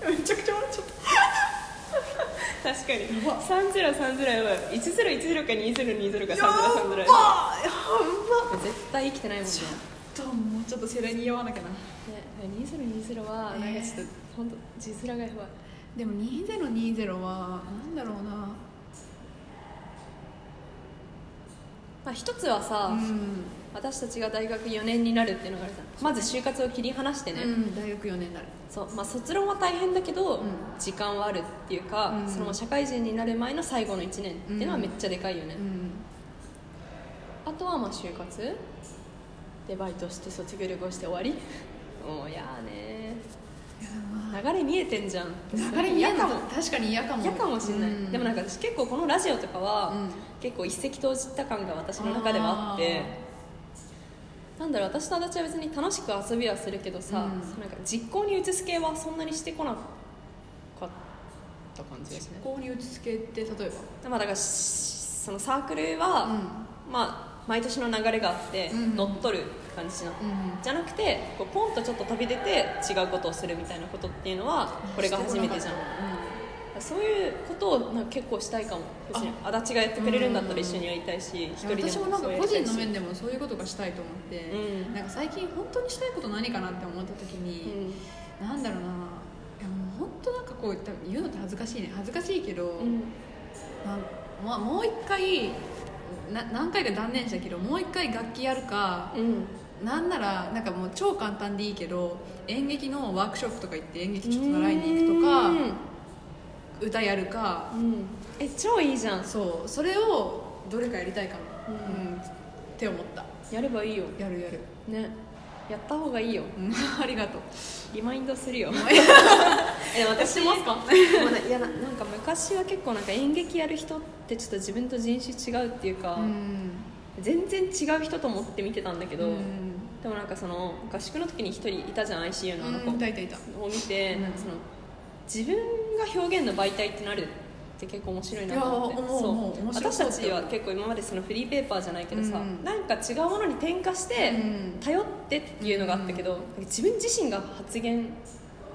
A: めちゃくちゃ笑っちゃっ
B: 確かに
A: やば
B: 3030やばい1010か2020か
A: た
B: 3030
A: やば
B: やばい
A: やば
B: 絶対生きてないもんね
A: ちょっともうちょっと世代に酔わなきゃな
B: ね2020はなんかちょっと本当字面がやばい
A: でも2020はなんだろうな
B: まあ一つはさ、
A: うん、
B: 私たちが大学4年になるっていうのがあるじゃんまず就活を切り離してね、
A: うん、大学4年になる
B: そうまあ、卒論は大変だけど、
A: うん
B: 時間はあるっていうか、
A: うん
B: その社会人になる前の最後の1年っていうのはめっちゃでかいよね、
A: うん
B: あとはまあ就活でバイトして卒業旅行して終わりもうやーねー流れ見えてんじゃん
A: 流れ嫌
B: 嫌
A: か
B: か
A: も
B: も
A: 確かに嫌かも
B: 嫌かもしれない、でもなん
A: か
B: か私結構このラジオとかは、
A: うん
B: 結構一石投じた感が私の中ではあってなんだろう私と足立は別に楽しく遊びはするけどさ、
A: うん
B: なんか実行に移す系はそんなにしてこなかった感じですね
A: ここに打ち付けて例え
B: まあだからしそのサークル
A: ば
B: は、まあ毎年の流れがあって、
A: うん
B: 乗っ取る感じの、
A: うん
B: じゃなくてこうポンとちょっと飛び出て違うことをするみたいなことっていうのはこれが初めてじゃんそういうことをなんか結構したいかも別に足立がやってくれるんだったら一緒にやりたいし一人でも
A: 私もなんか個
B: そう
A: 人
B: やりた
A: の
B: いし
A: 面でもそういうことがしたいと思って、
B: うん
A: なんか最近本当にしたいこと何かなって思った時に、なんだろうないやもう本当なんかこう多分言うのって恥ずかしいね恥ずかしいけど、
B: うんうん
A: なんまあ、もう一回な何回か断念したけどもう一回楽器やるか
B: うん
A: なんならなんかもう超簡単でいいけど演劇のワークショップとか行って演劇ちょっと習いに行くとか、歌やるか
B: うんうんえ超いいじゃん
A: そうそれをどれかやりたいかな、
B: う
A: うんって思った
B: やればいいよ
A: やるやる、
B: ねやった方がいいよ
A: うん、 *laughs* ありがとう
B: リマインドするよえ私もすか *laughs* いやななんか昔は結構なんか演劇やる人ってちょっと自分と人種違うっていうか、
A: うん
B: 全然違う人と思って見てたんだけど、
A: うん
B: でもなんかその合宿の時に一人いたじゃん ICU のあの子、
A: うんいたいたいた
B: を見て、
A: うん
B: なんかその自分が表現の媒体ってなるって結構面白いなと思って
A: いや思う思う
B: そう
A: 面白
B: 私
A: そう
B: た
A: って
B: ちは結構今までそのフリーペーパーじゃないけどさ、
A: うん
B: なんか違うものに転化して
A: うん
B: 頼ってっていうのがあったけど、自分自身が発言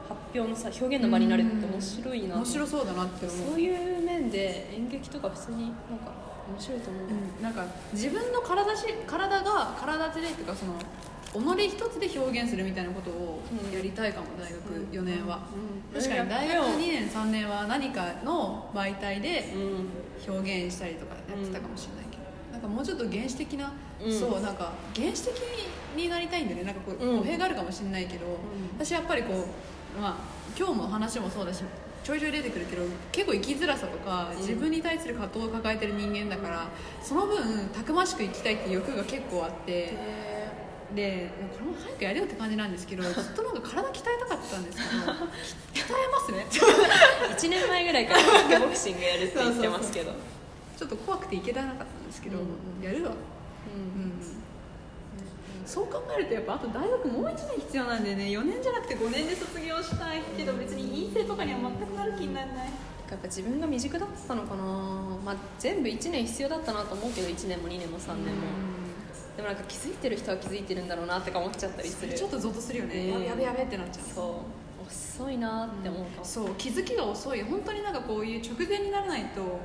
B: 発表のさ表現の場になるって面白いな
A: 面
B: と思って
A: 白そうだなって思う
B: そういう面で演劇とか普通になんか面白いと思う、
A: うんなんか自分の体し体が体でっていうかその己一つで表現するみたいなことを
B: うん
A: やりたいかも、大学
B: うん
A: 4年は、
B: うん
A: 確かに大
B: や
A: 学
B: っ
A: 2
B: てよ
A: 年3年は何かの媒体で
B: うん
A: 表現したりとかやってたかもしれないけど、なんかもうちょっと原始的な、
B: うん
A: そうなんか原始的になりたいんだよねなんかこう、
B: うん
A: 語弊があるかもしれないけど、私やっぱりこうまあ今日も話もそうだしちょいちょい出てくるけど結構生きづらさとか
B: ん
A: 自分に対する葛藤を抱えてる人間だから、その分たくましく生きたいっていう欲が結構あって
B: へ
A: でもうこれも早くやれよって感じなんです
B: *laughs*
A: けどずっとなんか体鍛えたかったんですけどき鍛えますね
B: ー1年前ぐらいからキックボクシングやるって言ってますけど
A: ちょっと怖くていけなかったんですけど、
B: うん
A: やるわ
B: うん
A: そう考えるとやっぱあと大学もう1年必要なんでね4年じゃなくて5年で卒業したいけど別に院生とかには全くなる気にならない
B: やっぱ自分が未熟だったのかな、まあ、全部1年必要だったなと思うけど1年も2年も3年も、でもなんか気づいてる人は気づいてるんだろうなとか思っちゃったりする
A: ちょっとゾッとするよね、
B: うん
A: やべやべやべってなっちゃう
B: そう遅いなって思うかも、
A: そう気づきが遅い本当になんかこういう直前にならないと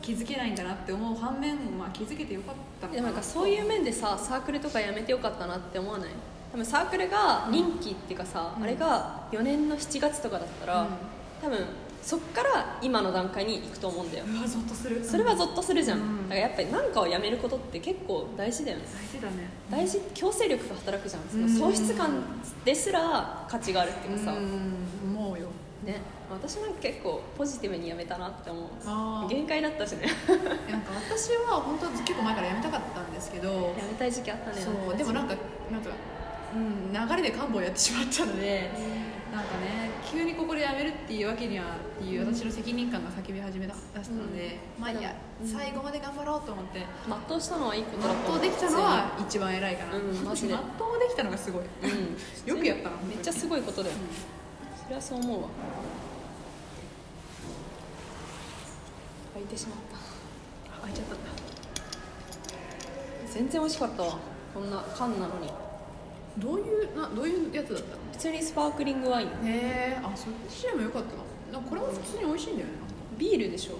A: 気づけないんだなって思う反面、まあ、気づけてよかった
B: でもなんかそういう面でさサークルとかやめてよかったなって思わない多分サークルが任期っていうかさ、
A: うん
B: あれが4年の7月とかだったら、
A: うん
B: 多分そっから今の段階に行くと思うんだよ
A: うわゾッとする
B: それはゾッとするじゃん、
A: うん
B: だからやっぱり何かをやめることって結構大事だよね
A: 大事だね
B: 大事強制力が働くじゃんそ
A: うん
B: の喪失感ですら価値があるっていうかさ、
A: うんもうよ
B: ね私なんか結構ポジティブにやめたなって思
A: あ
B: う
A: ー
B: 限界だったしね *laughs*
A: なんか私は本当は結構前からやめたかったんですけど
B: やめたい時期あったね
A: そうでもなん
B: か
A: かなんかうん、流れで漢方やってしまったのでなんかね急にここでやめるっていうわけにはっていう私の責任感が叫び始めだ出したので、まあいいや、最後まで頑張ろうと思って
B: 全うしたのはいいことだと
A: 全
B: 思
A: う
B: う
A: できたのは一番偉いかな、 *laughs*
B: うんマジで
A: 全うできたのがすごい、
B: 普通にうん
A: よくやったな
B: めっちゃすごいことだよ、それはそう思うわ開いてしまったあ開いちゃったんだ全然美味しかったわこんな缶なのに
A: どういうなどういうやつだったの
B: 普通にスパークリングワイン
A: へえあそっちでもよかったななんかこれも普通に美味しいんだよね、
B: ビールでしょ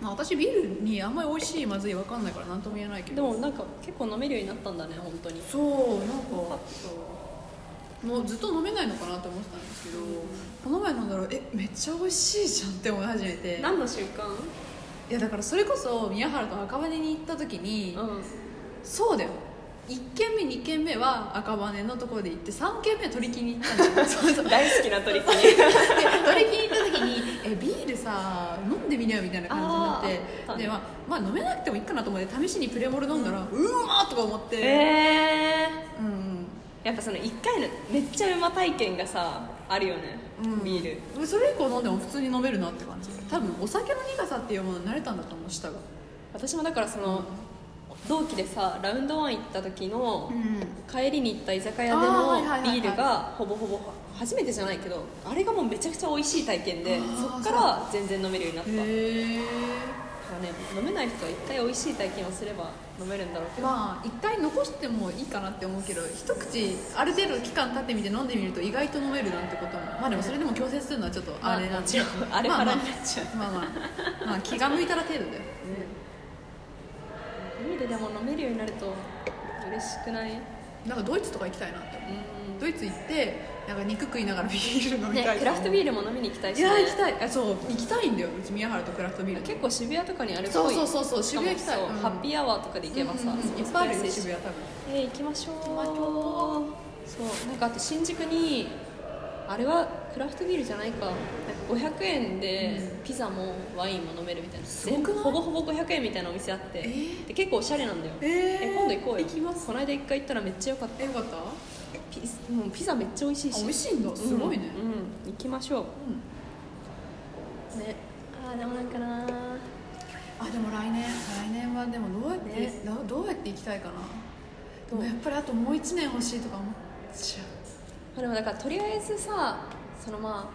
A: まあ、私ビールにあんまり美味しいまずい分かんないから何とも言えないけど
B: でもなんか結構飲めるようになったんだね本当に
A: そうなんかもうずっと飲めないのかなって思ってたんですけど、この前飲んだらえめっちゃ美味しいじゃんって思い始めて
B: 何の習慣
A: いやだからそれこそ宮原と赤羽に行った時に、
B: うん
A: そうだよ1軒目2軒目は赤羽のところで行って3軒目は取り木に行った
B: *laughs*
A: んだよそうそう
B: 大好きな取り組み
A: で取り木に行った時にえビールさ飲んでみなよみたいな感じにな
B: あ
A: っ
B: ー
A: てで、まあ、まあ飲めなくてもいいかなと思って試しにプレモル飲んだら、うーまーとか思って、
B: *laughs* え
A: うん
B: ー、やっぱその1回のめっちゃうま体験がさあるよね、
A: うん
B: ビール
A: うんそれ以降飲んでも普通に飲めるなって感じ多分お酒の苦さっていうものに慣れたんだと思う舌が
B: 私もだからその同期でさラウンドワン行った時の、帰りに行った居酒屋で
A: あー
B: の
A: はいはいはいはい
B: ビールがほぼほぼ初めてじゃないけどあれがもうめちゃくちゃ美味しい体験で
A: あー
B: そっから全然飲めるようになっただか
A: へえ
B: らね飲めない人は一回美味しい体験をすれば飲めるんだろうけど、
A: まあ一回残してもいいかなって思うけど一口ある程度期間経ってみて飲んでみると意外と飲めるなんてこともまあでもそれでも強制するのはちょっとあれなんで、
B: まああれ
A: ま
B: 腹
A: あまあ
B: になっちゃう
A: まあまあ、まあ、気が向いたら程度だよ
B: ビールでも飲めるようになると嬉しくない
A: なんかドイツとか行きたいなって思う
B: う
A: ドイツ行ってなんか肉食いながらビール飲
B: ん
A: みたい
B: ね
A: と思う、
B: クラフトビールも飲みに行きたい
A: い
B: し、ね、
A: や行きたいあそう行きたいんだようち宮原とクラフトビール
B: 結構渋谷とかにあるっぽい
A: そうそうそうそう
B: しかも
A: 渋谷行きたい
B: そう
A: うん
B: ハッピーアワーとかで行けばさ、
A: うんうんうんいっぱいあるよね渋谷多分
B: えー行きましょう
A: ましょ
B: そうなんかあと新宿にあれはクラフトビールじゃないかなんか500円でピザもワインも飲めるみたい
A: ごくな
B: な、
A: い
B: 全部ほぼほぼ500円みたいなお店あって、
A: えー
B: で結構おしゃれなんだよ、
A: えー
B: 今度行こうよ
A: 行きます
B: この間一回行ったらめっちゃ良かった
A: えよかった
B: ピもうピザめっちゃ美味しいし
A: あ美味しいんだすごいね、
B: うんうん行きましょうねあーでもなんかな
A: あでも来年来年はでもどうやって、
B: ね
A: どどうやって行きたいかなで
B: どう
A: もやっぱりあともう1年欲しいとか思っちゃ
B: まあ、でもだからとりあえずさそのま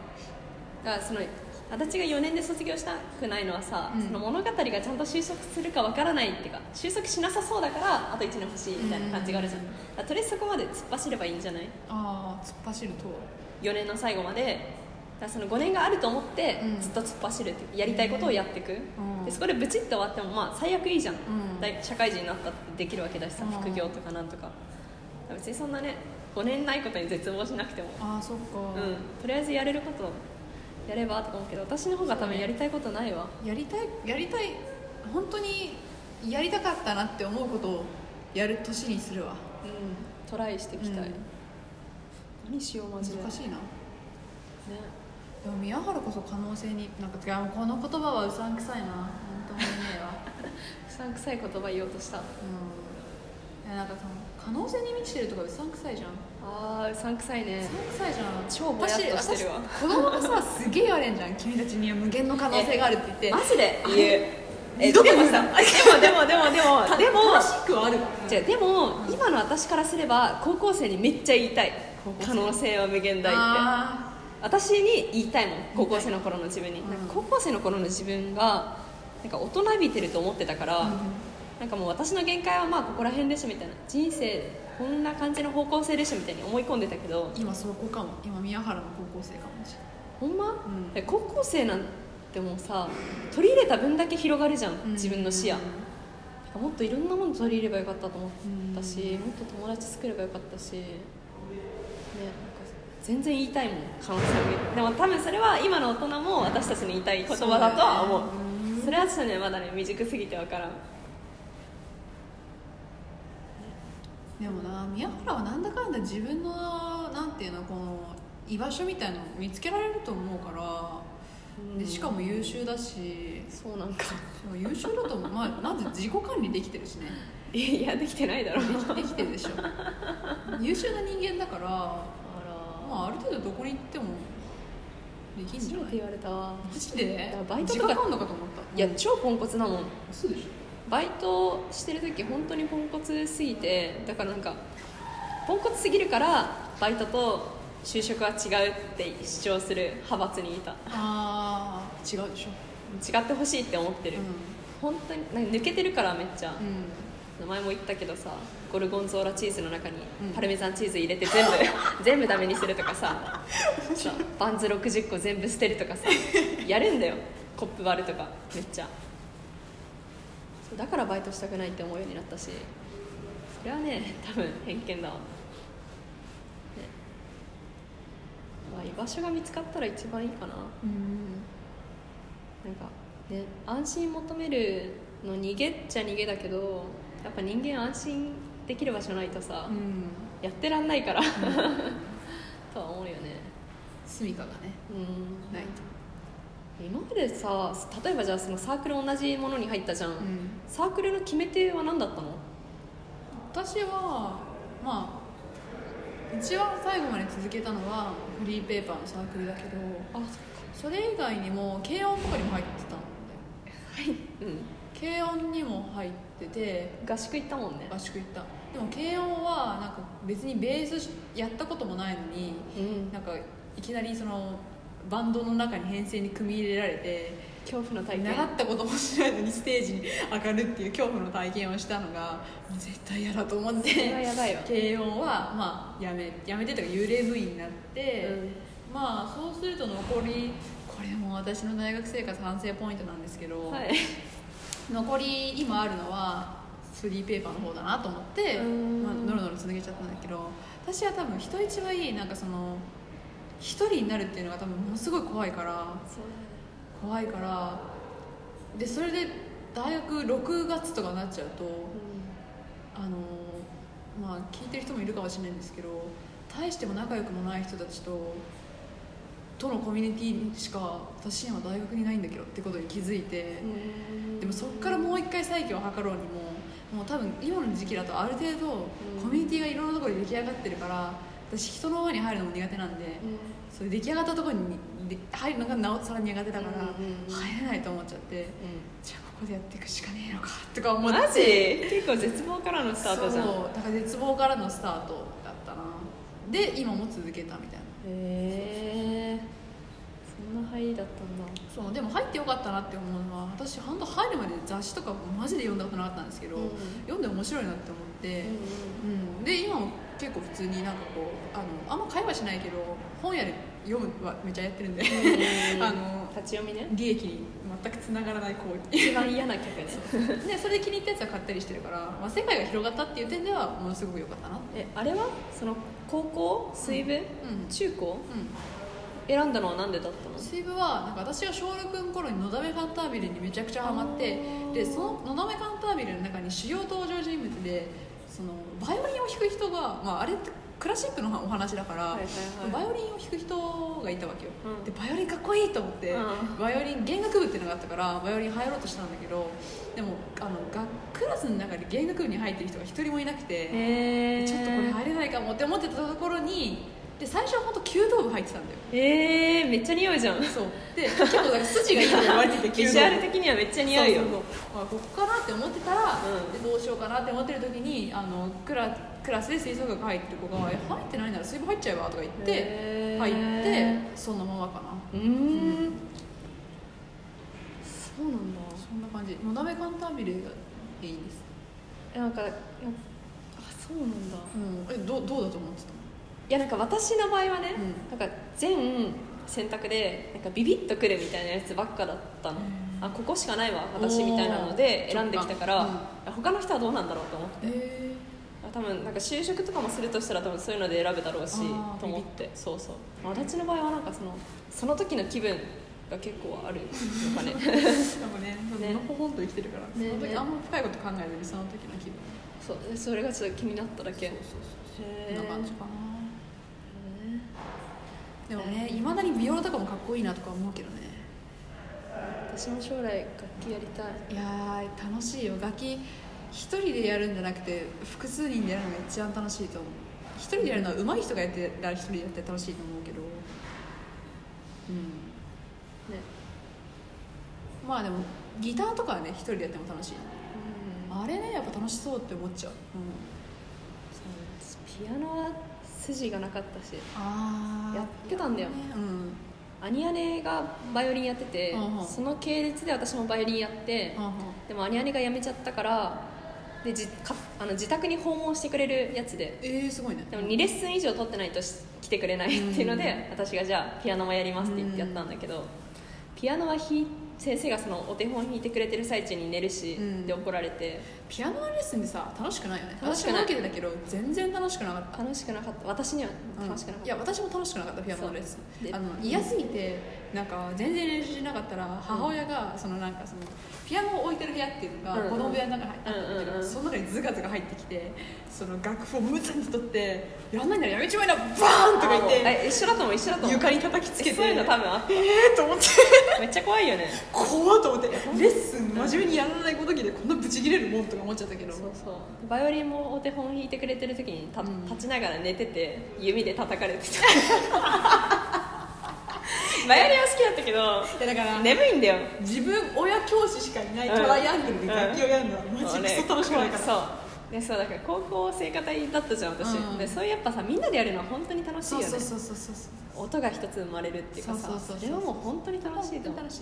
B: あだからその足立が4年で卒業したくないのはさ、
A: うん
B: その物語がちゃんと収束するかわからないっていうか収束しなさそうだからあと1年欲しいみたいな感じがあるじゃん、
A: うん
B: だからとりあえずそこまで突っ走ればいいんじゃないう
A: ああ突っ走ると
B: 4年の最後までだからその5年があると思って
A: うん
B: ずっと突っ走るっていうやりたいことをやっていく、
A: うん
B: でそこでブチッと終わってもまあ最悪いいじゃん、
A: ん
B: 大社会人になったってできるわけだしさ
A: うん
B: 副業とかなんとか別にそんなね5年ないことに絶望しなくても
A: ああそっか、
B: うん、とりあえずやれることやればとか思うけど私の方が多分やりたいことないわ
A: やりたいやりたい本当にやりたかったなって思うことをやる年にするわ
B: うんトライしていきたい、
A: うん
B: 何しようマジで
A: 難
B: ね
A: しいなでも宮原こそ可能性になんか違うこの言葉はうさんくさいな本当にねえわ
B: うさんくさい言葉言おうとした
A: うんいやなんかその可能性に満ちてるとかうさんくさいじゃんう
B: あーうさんくさいね
A: さんくさいじゃん
B: 超ぼやっとしてるわ
A: 私私子供がさすげえ言われんじゃん君たちには無限の可能性があるって言って
B: マジで言う
A: え
B: え
A: どこ
B: で
A: に
B: も
A: いる
B: さ
A: の
B: でもでもでもでもでも
A: 楽しくはある
B: じゃあでも今の私からすれば高校生にめっちゃ言いたい可能性は無限大って
A: あ
B: 私に言いたいもん高校生の頃の自分に、
A: うん
B: なんか高校生の頃の自分がなんか大人びてると思ってたから、なんかもう私の限界はまあここら辺でしょみたいな人生こんな感じの方向性でしょみたいに思い込んでたけど
A: ー今そこかも今宮原の高校生かもしれない
B: ほんま、
A: ん
B: え高校生なんてもうさ取り入れた分だけ広がるじゃん、
A: うん
B: 自分の視野、
A: うん
B: なんかもっといろんなもの取り入ればよかったと思ったし、
A: う
B: もっと友達作ればよかったし、ね、なんか全然言いたいもん可能性もでも多分それは今の大人も私たちに言いたい言葉だとは思う
A: そうだよ
B: そ,、れは私たちにはまだね未熟すぎて分からん
A: でもな宮原はなんだかんだ自分のなんていうのこの居場所みたいなのを見つけられると思うからでしかも優秀だし
B: そうなんか
A: でも優秀だと思う、まあ、まず自己管理できてるしね
B: いやできてないだろう
A: できできてるでしょ優秀な人間だから、ま
B: あ
A: あ、ある程度どこに行ってもできん
B: 初
A: じゃ
B: め
A: な
B: て
A: い
B: 言われたわ
A: マジで
B: だからバイト
A: 時
B: とか
A: 間かかんのかと思った
B: いや超ポンコツだもん
A: そうでしょ
B: バイトしてる時本当にポンコツすぎてだからなんかポンコツすぎるからバイトと就職は違うって主張する派閥にいた
A: ああ違うでしょ
B: 違ってほしいって思ってる、
A: う
B: 本当になんか抜けてるからめっちゃ、
A: ん、うん、
B: 前も言ったけどさゴルゴンゾーラチーズの中に
A: うん
B: パルメザンチーズ入れ
A: *laughs*
B: て全部、全部ダメにするとかささバンズ60個全部捨てるとかさやるんだよコップ割るとかめっちゃそうだからバイトしたくないって思うようになったしそれはね多分偏見だわ、ねまあ、居場所が見つかったら一番いいかな
A: うん
B: なんかね安心求めるの逃げっちゃ逃げだけどやっぱ人間安心できる場所ないとさ、
A: うん、
B: やってらんないから *laughs* とは思うよね
A: 住みかがね
B: うん
A: ない
B: 今までさ例えばじゃあそのサークル同じものに入ったじゃん、
A: と、うん、
B: サークルの決め手は何だったの
A: 私はまあ一番最後まで続けたのはフリーペーパーのサークルだけど
B: あそっか
A: それ以外にも軽音とかにも入ってたん
B: はい、うん、
A: だよ軽音にも入ってて
B: 合宿行ったもんね
A: 合宿行ったでも軽音はなんか別にベースやったこともないのに
B: うん
A: なんかいきなりそのバンドの中に編成に組み入れられて
B: 恐怖の体験
A: 習ったこともしないのにステージに上がるっていう恐怖の体験をしたのがもう絶対嫌だと思っ
B: それは
A: て
B: やばいわ
A: 軽音はまあやめやめてというか幽霊部員になって、まあそうすると残りこれも私の大学生活反省ポイントなんですけ
B: う
A: ど、
B: ん、はい
A: 残り今あるのはフリーペーパーの方だなと思って、
B: うん
A: まあ、のろのろ続けちゃったんだけど私は多分人一倍なんかその一人になるっていうのが多分ものすごい怖いから。
B: そう
A: 怖いからでそれで大学6月とかになっちゃうとあのまあ聞いてる人もいるかもしれないんですけど大しても仲良くもない人たちととのコミュニティしか私には大学にないんだけどってことに気づいて
B: だ、ねうん
A: でもそっからもう一回再起を図ろうにももう多分今の時期だとある程度コミュニティがいろんなところで出来上がってるから私人の輪に入るのも苦手なんで。
B: う
A: そういう出来上がったところにで入るのがなおさら苦手だから、
B: うんうんうん
A: 入れないと思っちゃって
B: んうん
A: じゃあここでやっていくしかねえのかとか思って
B: マジ結構絶望からのスタートじゃん
A: そうだから絶望からのスタートだったなで今も続けたみたいな
B: へえそんな入りだったんだ
A: そうでも入ってよかったなって思うのは私本当入るまで雑誌とかマジで読んだことなかったんですけど、
B: うん
A: 読んで面白いなって思って、うん、で今も結構普通になんかこうあのあんま会話しないけど本屋で読むはめちゃやってるんで *laughs* あの
B: 立ち読みね
A: 利益に全くつながらない行為 *laughs*
B: 一番嫌な曲ね
A: でそれで気に入ったやつは買ったりしてるから、まあ、世界が広がったっていう点ではものすごく良かったな
B: *laughs* えあれはその高校水分、
A: うん
B: 中高
A: う
B: 選んだのはなんでだったの
A: ん水分はなんか私が小6の頃に「のだめカンタービレ」にめちゃくちゃハマって
B: あー
A: でその「のだめカンタービレ」の中に主要登場人物でそのバイオリンを弾く人が、まあ、あれってクラシックのお話だから、
B: はいはい
A: バ
B: はい
A: イオリンを弾く人がいたわけよ、
B: うん
A: でバイオリンかっこいいと思って、
B: うん
A: バイオリン弦楽部っていうのがあったからバイオリン入ろうとしたんだけどでもあのがクラスの中で弦楽部に入ってる人が一人もいなくて、
B: へえ
A: ちょっとこれ入れないかもって思ってたところにで最初は本当弓道部入ってたんだよ
B: *laughs* えー、めっちゃ匂いじゃん
A: そうで結構だから筋がいいと言われてて
B: *laughs* ビジュアル的にはめっちゃ似合うよ
A: そうそうそうあここかなって思ってたら、
B: うん
A: でどうしようかなって思ってる時にあのクラクラスで吹奏楽入ってる子が「え入ってないなら水分入っちゃえば」とか言って
B: へー
A: 入ってそのままかな
B: うーんそうなんだ
A: そんな感じ「のだめカンタービレ」がいいです
B: えなんかなんかあそうなんだ
A: うんえどうどうだと思ってた
B: いやなんか私の場合はね、なんか全選択でなんかビビッとくるみたいなやつばっかだったの、あここしかないわ私みたいなので
A: おー
B: 選んできたから、
A: 直
B: 他の人はどうなんだろうと思って
A: え
B: あ多分なんか就職とかもするとしたら多分そういうので選ぶだろうし
A: あー
B: と思ってそうそう足立の場合はなんかそのその時の気分が結構 *laughs* あるのかね
A: ー、なんかね
B: ね
A: のほほんと生きてるから、
B: ね
A: その時
B: ね
A: あんま深いこと考えずにその時の気分
B: そうでそれがちょっと気になっただけへー
A: こんな感じかな
B: へ
A: でもねいまだに美容とかもかっこいいなとか思うけどね
B: ー私も将来楽器やりたい
A: いやー楽しいよ楽器一人でやるんじゃなくて複数人でやるのが一番楽しいと思う一人でやるのは上手い人がやってたら一人でやって楽しいと思うけどうん
B: ね
A: まあでもギターとかはね一人でやっても楽しいあれねやっぱ楽しそうって思っちゃう、うん、
B: そうピアノは筋がなかったし
A: あ
B: やってたんだよ
A: うん
B: 兄姉がバイオリンやってて、
A: うんうん
B: その系列で私もバイオリンやって、
A: は
B: でも兄姉が辞めちゃったからでじかあの自宅に訪問してくれるやつで
A: えー、すごいね
B: でも2レッスン以上取ってないとし来てくれないっていうので、
A: う
B: 私がじゃあピアノもやりますって言ってやったんだけど、ピアノは弾い先生がそのお手本弾いてくれてる最中に寝るし、
A: うん
B: で怒られて
A: ピアノのレッスンでさ楽しくないよね
B: 楽しくな
A: 私
B: い
A: も受けてたけど全然楽しくなかった
B: 楽しくなかった私には楽しくなかった、
A: いや私も楽しくなかったピアノのレッス
B: そうで
A: ンあの嫌すぎてなんか全然練習しなかったら母親がそのなんかそのピアノを置いてる部屋っていうのが
B: うんうん
A: 子供部屋の中にあったんだけ
B: うんうんう
A: ど
B: ん
A: その中にズガズガ入ってきてその楽譜を無残に取って「やんないならやめちまいなバーン!」とか言って
B: え一緒だと思う一緒だと思う
A: 床に叩きつけて
B: そういうの多分あっ
A: えーと思って
B: ためっちゃ怖いよね
A: 怖っと思ってレッスン真面目にやらないこときでこんなブチ切れるもんとか思っちゃったけど
B: そうそうバイオリンもお手本弾いてくれてる時にた
A: うん
B: 立ちながら寝てて弓で叩かれてた
A: *laughs*
B: バイオリンは好きだったけど
A: いやだから
B: 眠いんだよ
A: 自分親教師しかいない
B: うん
A: トライアングルで楽器をやるのはマジクソ楽しくないから、
B: そうでそうだから高校生活だったじゃん私、
A: うん
B: でそういうやっぱさみんなでやるのは本当に楽しい
A: そ
B: よ
A: う
B: ね
A: そうそうそうそうそう
B: 音が一つ生まれるっていうかさ
A: そうそうそうそう
B: れはもう本当に楽しいと思、
A: 楽しい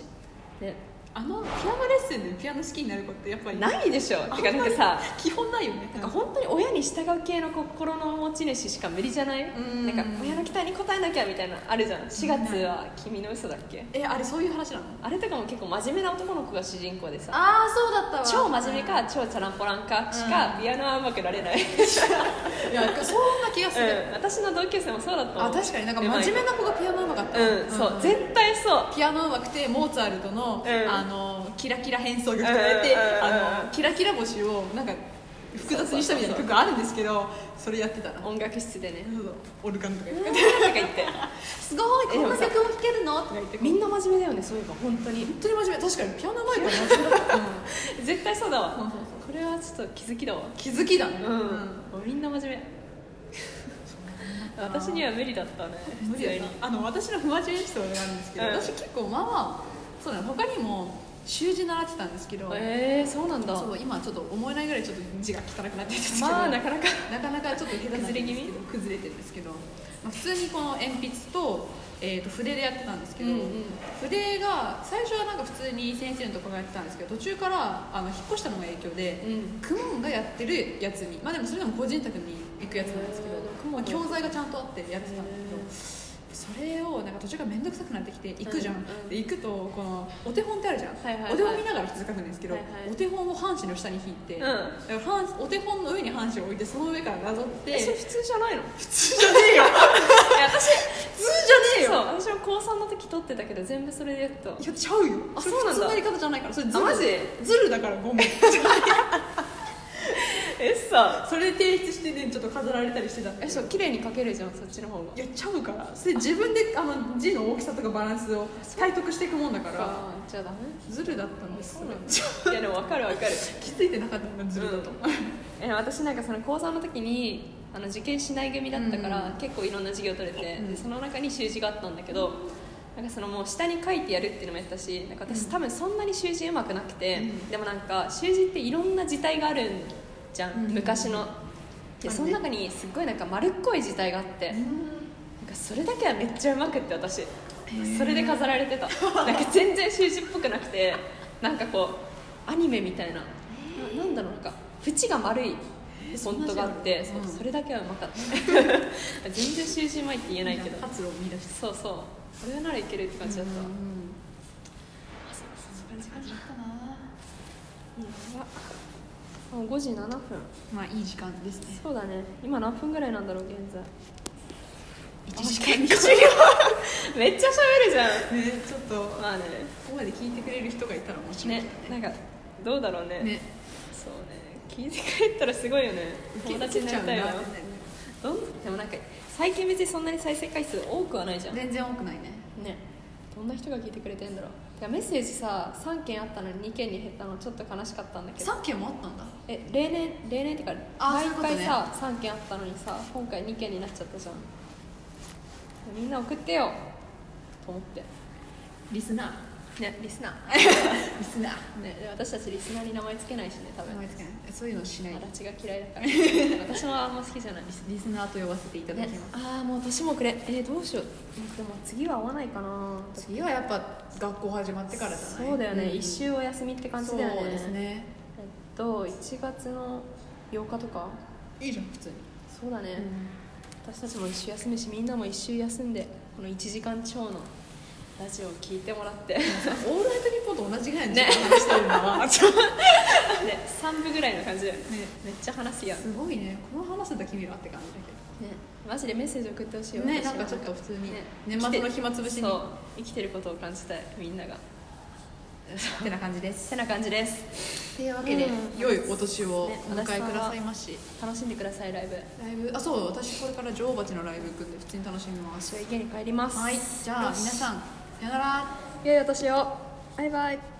A: う
B: ね、
A: あのピアノレッスンでピアノ好きになる子ってやっぱり
B: ないでしょ
A: あ
B: てかなんかさ
A: 基本ないよね
B: なんか本当に親に従う系の心の持ち主しか無理じゃない
A: ん
B: なんか親の期待に応えなきゃみたいなのあるじゃん4月は「君の嘘だっけ
A: えあれそういう話なの
B: あれとかも結構真面目な男の子が主人公でさ
A: ああそうだったわ
B: 超真面目か超チャランポランかしかピアノはうまくなれない、
A: いやそんな気がする、
B: うん私の同級生もそうだと思
A: あ
B: う
A: 確かになんか真面目な子がピアノ上手かった、
B: うん、そう、絶対そう
A: ピアノ上手くてモーツァルトの,、
B: うん
A: あのキラキラ変奏曲とかやって、
B: うんうんうんうん
A: あのキラキラ星をなんか複雑にしたみたいな曲あるんですけどそれやってたな
B: 音楽室でね
A: オルガンとかやっ
B: と
A: て
B: か言って
A: すごいこんな曲も弾けるのとか言って
B: み
A: みん
B: ん
A: な
B: な真面目だよねそういえば本当に
A: 本当に真面目確かにピアノ上手いから真面目だ、うん
B: 絶対そうだわ
A: そうそう
B: これはちょっと気づきだわ
A: 気づきだね、
B: うん、もうみんな真面目私には無理だったね
A: 無理だなあの私の不真面目エピソードがあるんですけど、
B: うん
A: 私結構まあまあそうだね他にも習字習ってたんですけど、
B: えー、そうなんだ
A: そう今ちょっと思えないぐらいちょっと字が汚くなってるんですけど、
B: まあなかなか
A: なかなかちょっと下手なんですけ
B: 崩れ気味
A: ど崩れてるんですけど、まあ、普通にこの鉛筆と,、えー、と筆でやってたんですけど、
B: うんうん
A: 筆が最初はなんか普通に先生のところがやってたんですけど途中からあの引っ越したのが影響で、
B: うん
A: クモンがやってるやつにまあでもそれでも個人宅に行くやつなんですけど
B: へー、
A: まあ、教材がちゃんとあってやってたんだけどそれをなんか途中から面倒くさくなってきて行くじゃん、
B: うんうん
A: で行くとこのお手本ってあるじゃん、
B: はいはいはい
A: お手本見ながら普通書くんですけど、
B: はいはい
A: お手本を半紙の下に引いて、
B: うん
A: だから半お手本の上に半紙を置いてその上からなぞって
B: えそれ
A: 普
B: 普通じゃないのい
A: 通じゃねえよ
B: *laughs* や私
A: 普通じゃ
B: そう
A: ね
B: 私も高3の時撮ってたけど全部それでやった
A: えよいやちゃうよ
B: あ
A: それ
B: そうな
A: 普
B: んだ
A: 通のやり方じゃないからそれズ
B: あ
A: ル
B: マジ
A: ズルだからごめん
B: えさ
A: それ提出してねちょっと飾られたりしてたんだけ
B: え
A: ど
B: そう綺麗に書けるじゃんそっちの方が
A: やっちゃうからそれ自分であの字の大きさとかバランスを体得していくもんだから
B: あーじゃあダメ
A: ズルだったんです
B: そうなんだ
A: ちょ
B: いやでも分かる分かる
A: 気づいてなかったのがズルだと、
B: うん *laughs* え私なんかその高3の時にあの受験しない組だったから、
A: うん
B: 結構いろんな授業取れて、
A: うん
B: でその中に習字があったんだけど、なんかそのもう下に書いてやるっていうのもやったしなんか私多分そんなに習字うまくなくて、
A: うん
B: でもなんか習字っていろんな字体があるんじゃん、
A: うん
B: 昔の
A: あ
B: で
A: るね
B: その中にすっごいなんか丸っこい字体があって、なんかそれだけはめっちゃうまくって私
A: ー
B: それで飾られて *laughs* たなんか全然習字っぽくなくてなんかこうアニメみたいなななんだろうなんか縁が丸い
A: えー
B: フォントがあって
A: そんな字あるの
B: そう
A: うん
B: それだけはうまかった *laughs* 全然習字うまいって言えないけど
A: 活路を見出して
B: そうそうこれならいけるって感じだった
A: うん
B: そうそう
A: そんな感じだったな
B: やばもう5時7分
A: まあいい時間ですね
B: そうだね今何分ぐらいなんだろう現在
A: 1
B: 時
A: 時
B: 間
A: *laughs* 間
B: に
A: に
B: *laughs* めっちゃ喋るじゃん
A: ねちょっとこ
B: まあね
A: こまで聞いてくれる人がいたら面白い
B: ね
A: けど
B: なんかどうだろうね
A: ね
B: そうね聞いてくれたらすごいよね友達になりたいわ
A: 受け付けちゃ
B: どんでもなんか最近別にそんなに再生回数多くはないじゃ
A: うんんだ
B: ね
A: 全然多くないね
B: どんな人が聞いてくれてんだろうてかメッセージさ3件あったのに2件に減ったのちょっと悲しかったんだけど
A: 3件もあったんだ
B: え例年例年ってか
A: あ
B: 毎
A: そういうことね
B: 回さ、3件あったのにさ今回2件になっちゃったじゃんみんな送ってよと思って
A: リスナー
B: ねリスナ
A: リスナー
B: ー、ね、で私たちリスナーに名前つけないしね多分
A: 思いつかないそういうのしない
B: あらちが嫌いだから
A: *laughs*
B: 私もあんま好きじゃない
A: リスナーと呼ばせていただ
B: ね
A: きます、
B: ああもう年もくれえーどうしようでも次は会わないかな
A: 次はやっぱ学校始まってからじゃない
B: そうだよね、
A: ん
B: 一周お休みって感じだよね
A: そうですね
B: えっと1月の8日とか
A: いいじゃん普通に、
B: そうだね、私たちも一周休むしみんなも一周休んでこの1時間超のラジオを聞いても
A: *laughs*
B: らって、ね、
A: オールナイトニッポンと同じぐらいの時間話してるのは、
B: 3部ぐらいの感じだよね
A: ね
B: めっちゃ話すやん、ね、
A: すごいねこの話せた君らって感じだ
B: マジでメッセージ送ってほしい
A: け
B: よ
A: どね
B: 私は
A: なんかちょっと普通に、
B: ね
A: 年末の暇つぶしに
B: そう生きてることを感じたいみんなが
A: ってな感じです
B: てな感じです
A: というわけで、
B: うん
A: 良いお年をお
B: ね
A: 迎えくださいまし、
B: 楽しんでくださいライブ
A: ライブあそう私これから女王蜂のライブ行くんで普通に楽しみます
B: 私は家に帰ります
A: はいじゃあ皆さんさよなら
B: 良いお年をバイバイ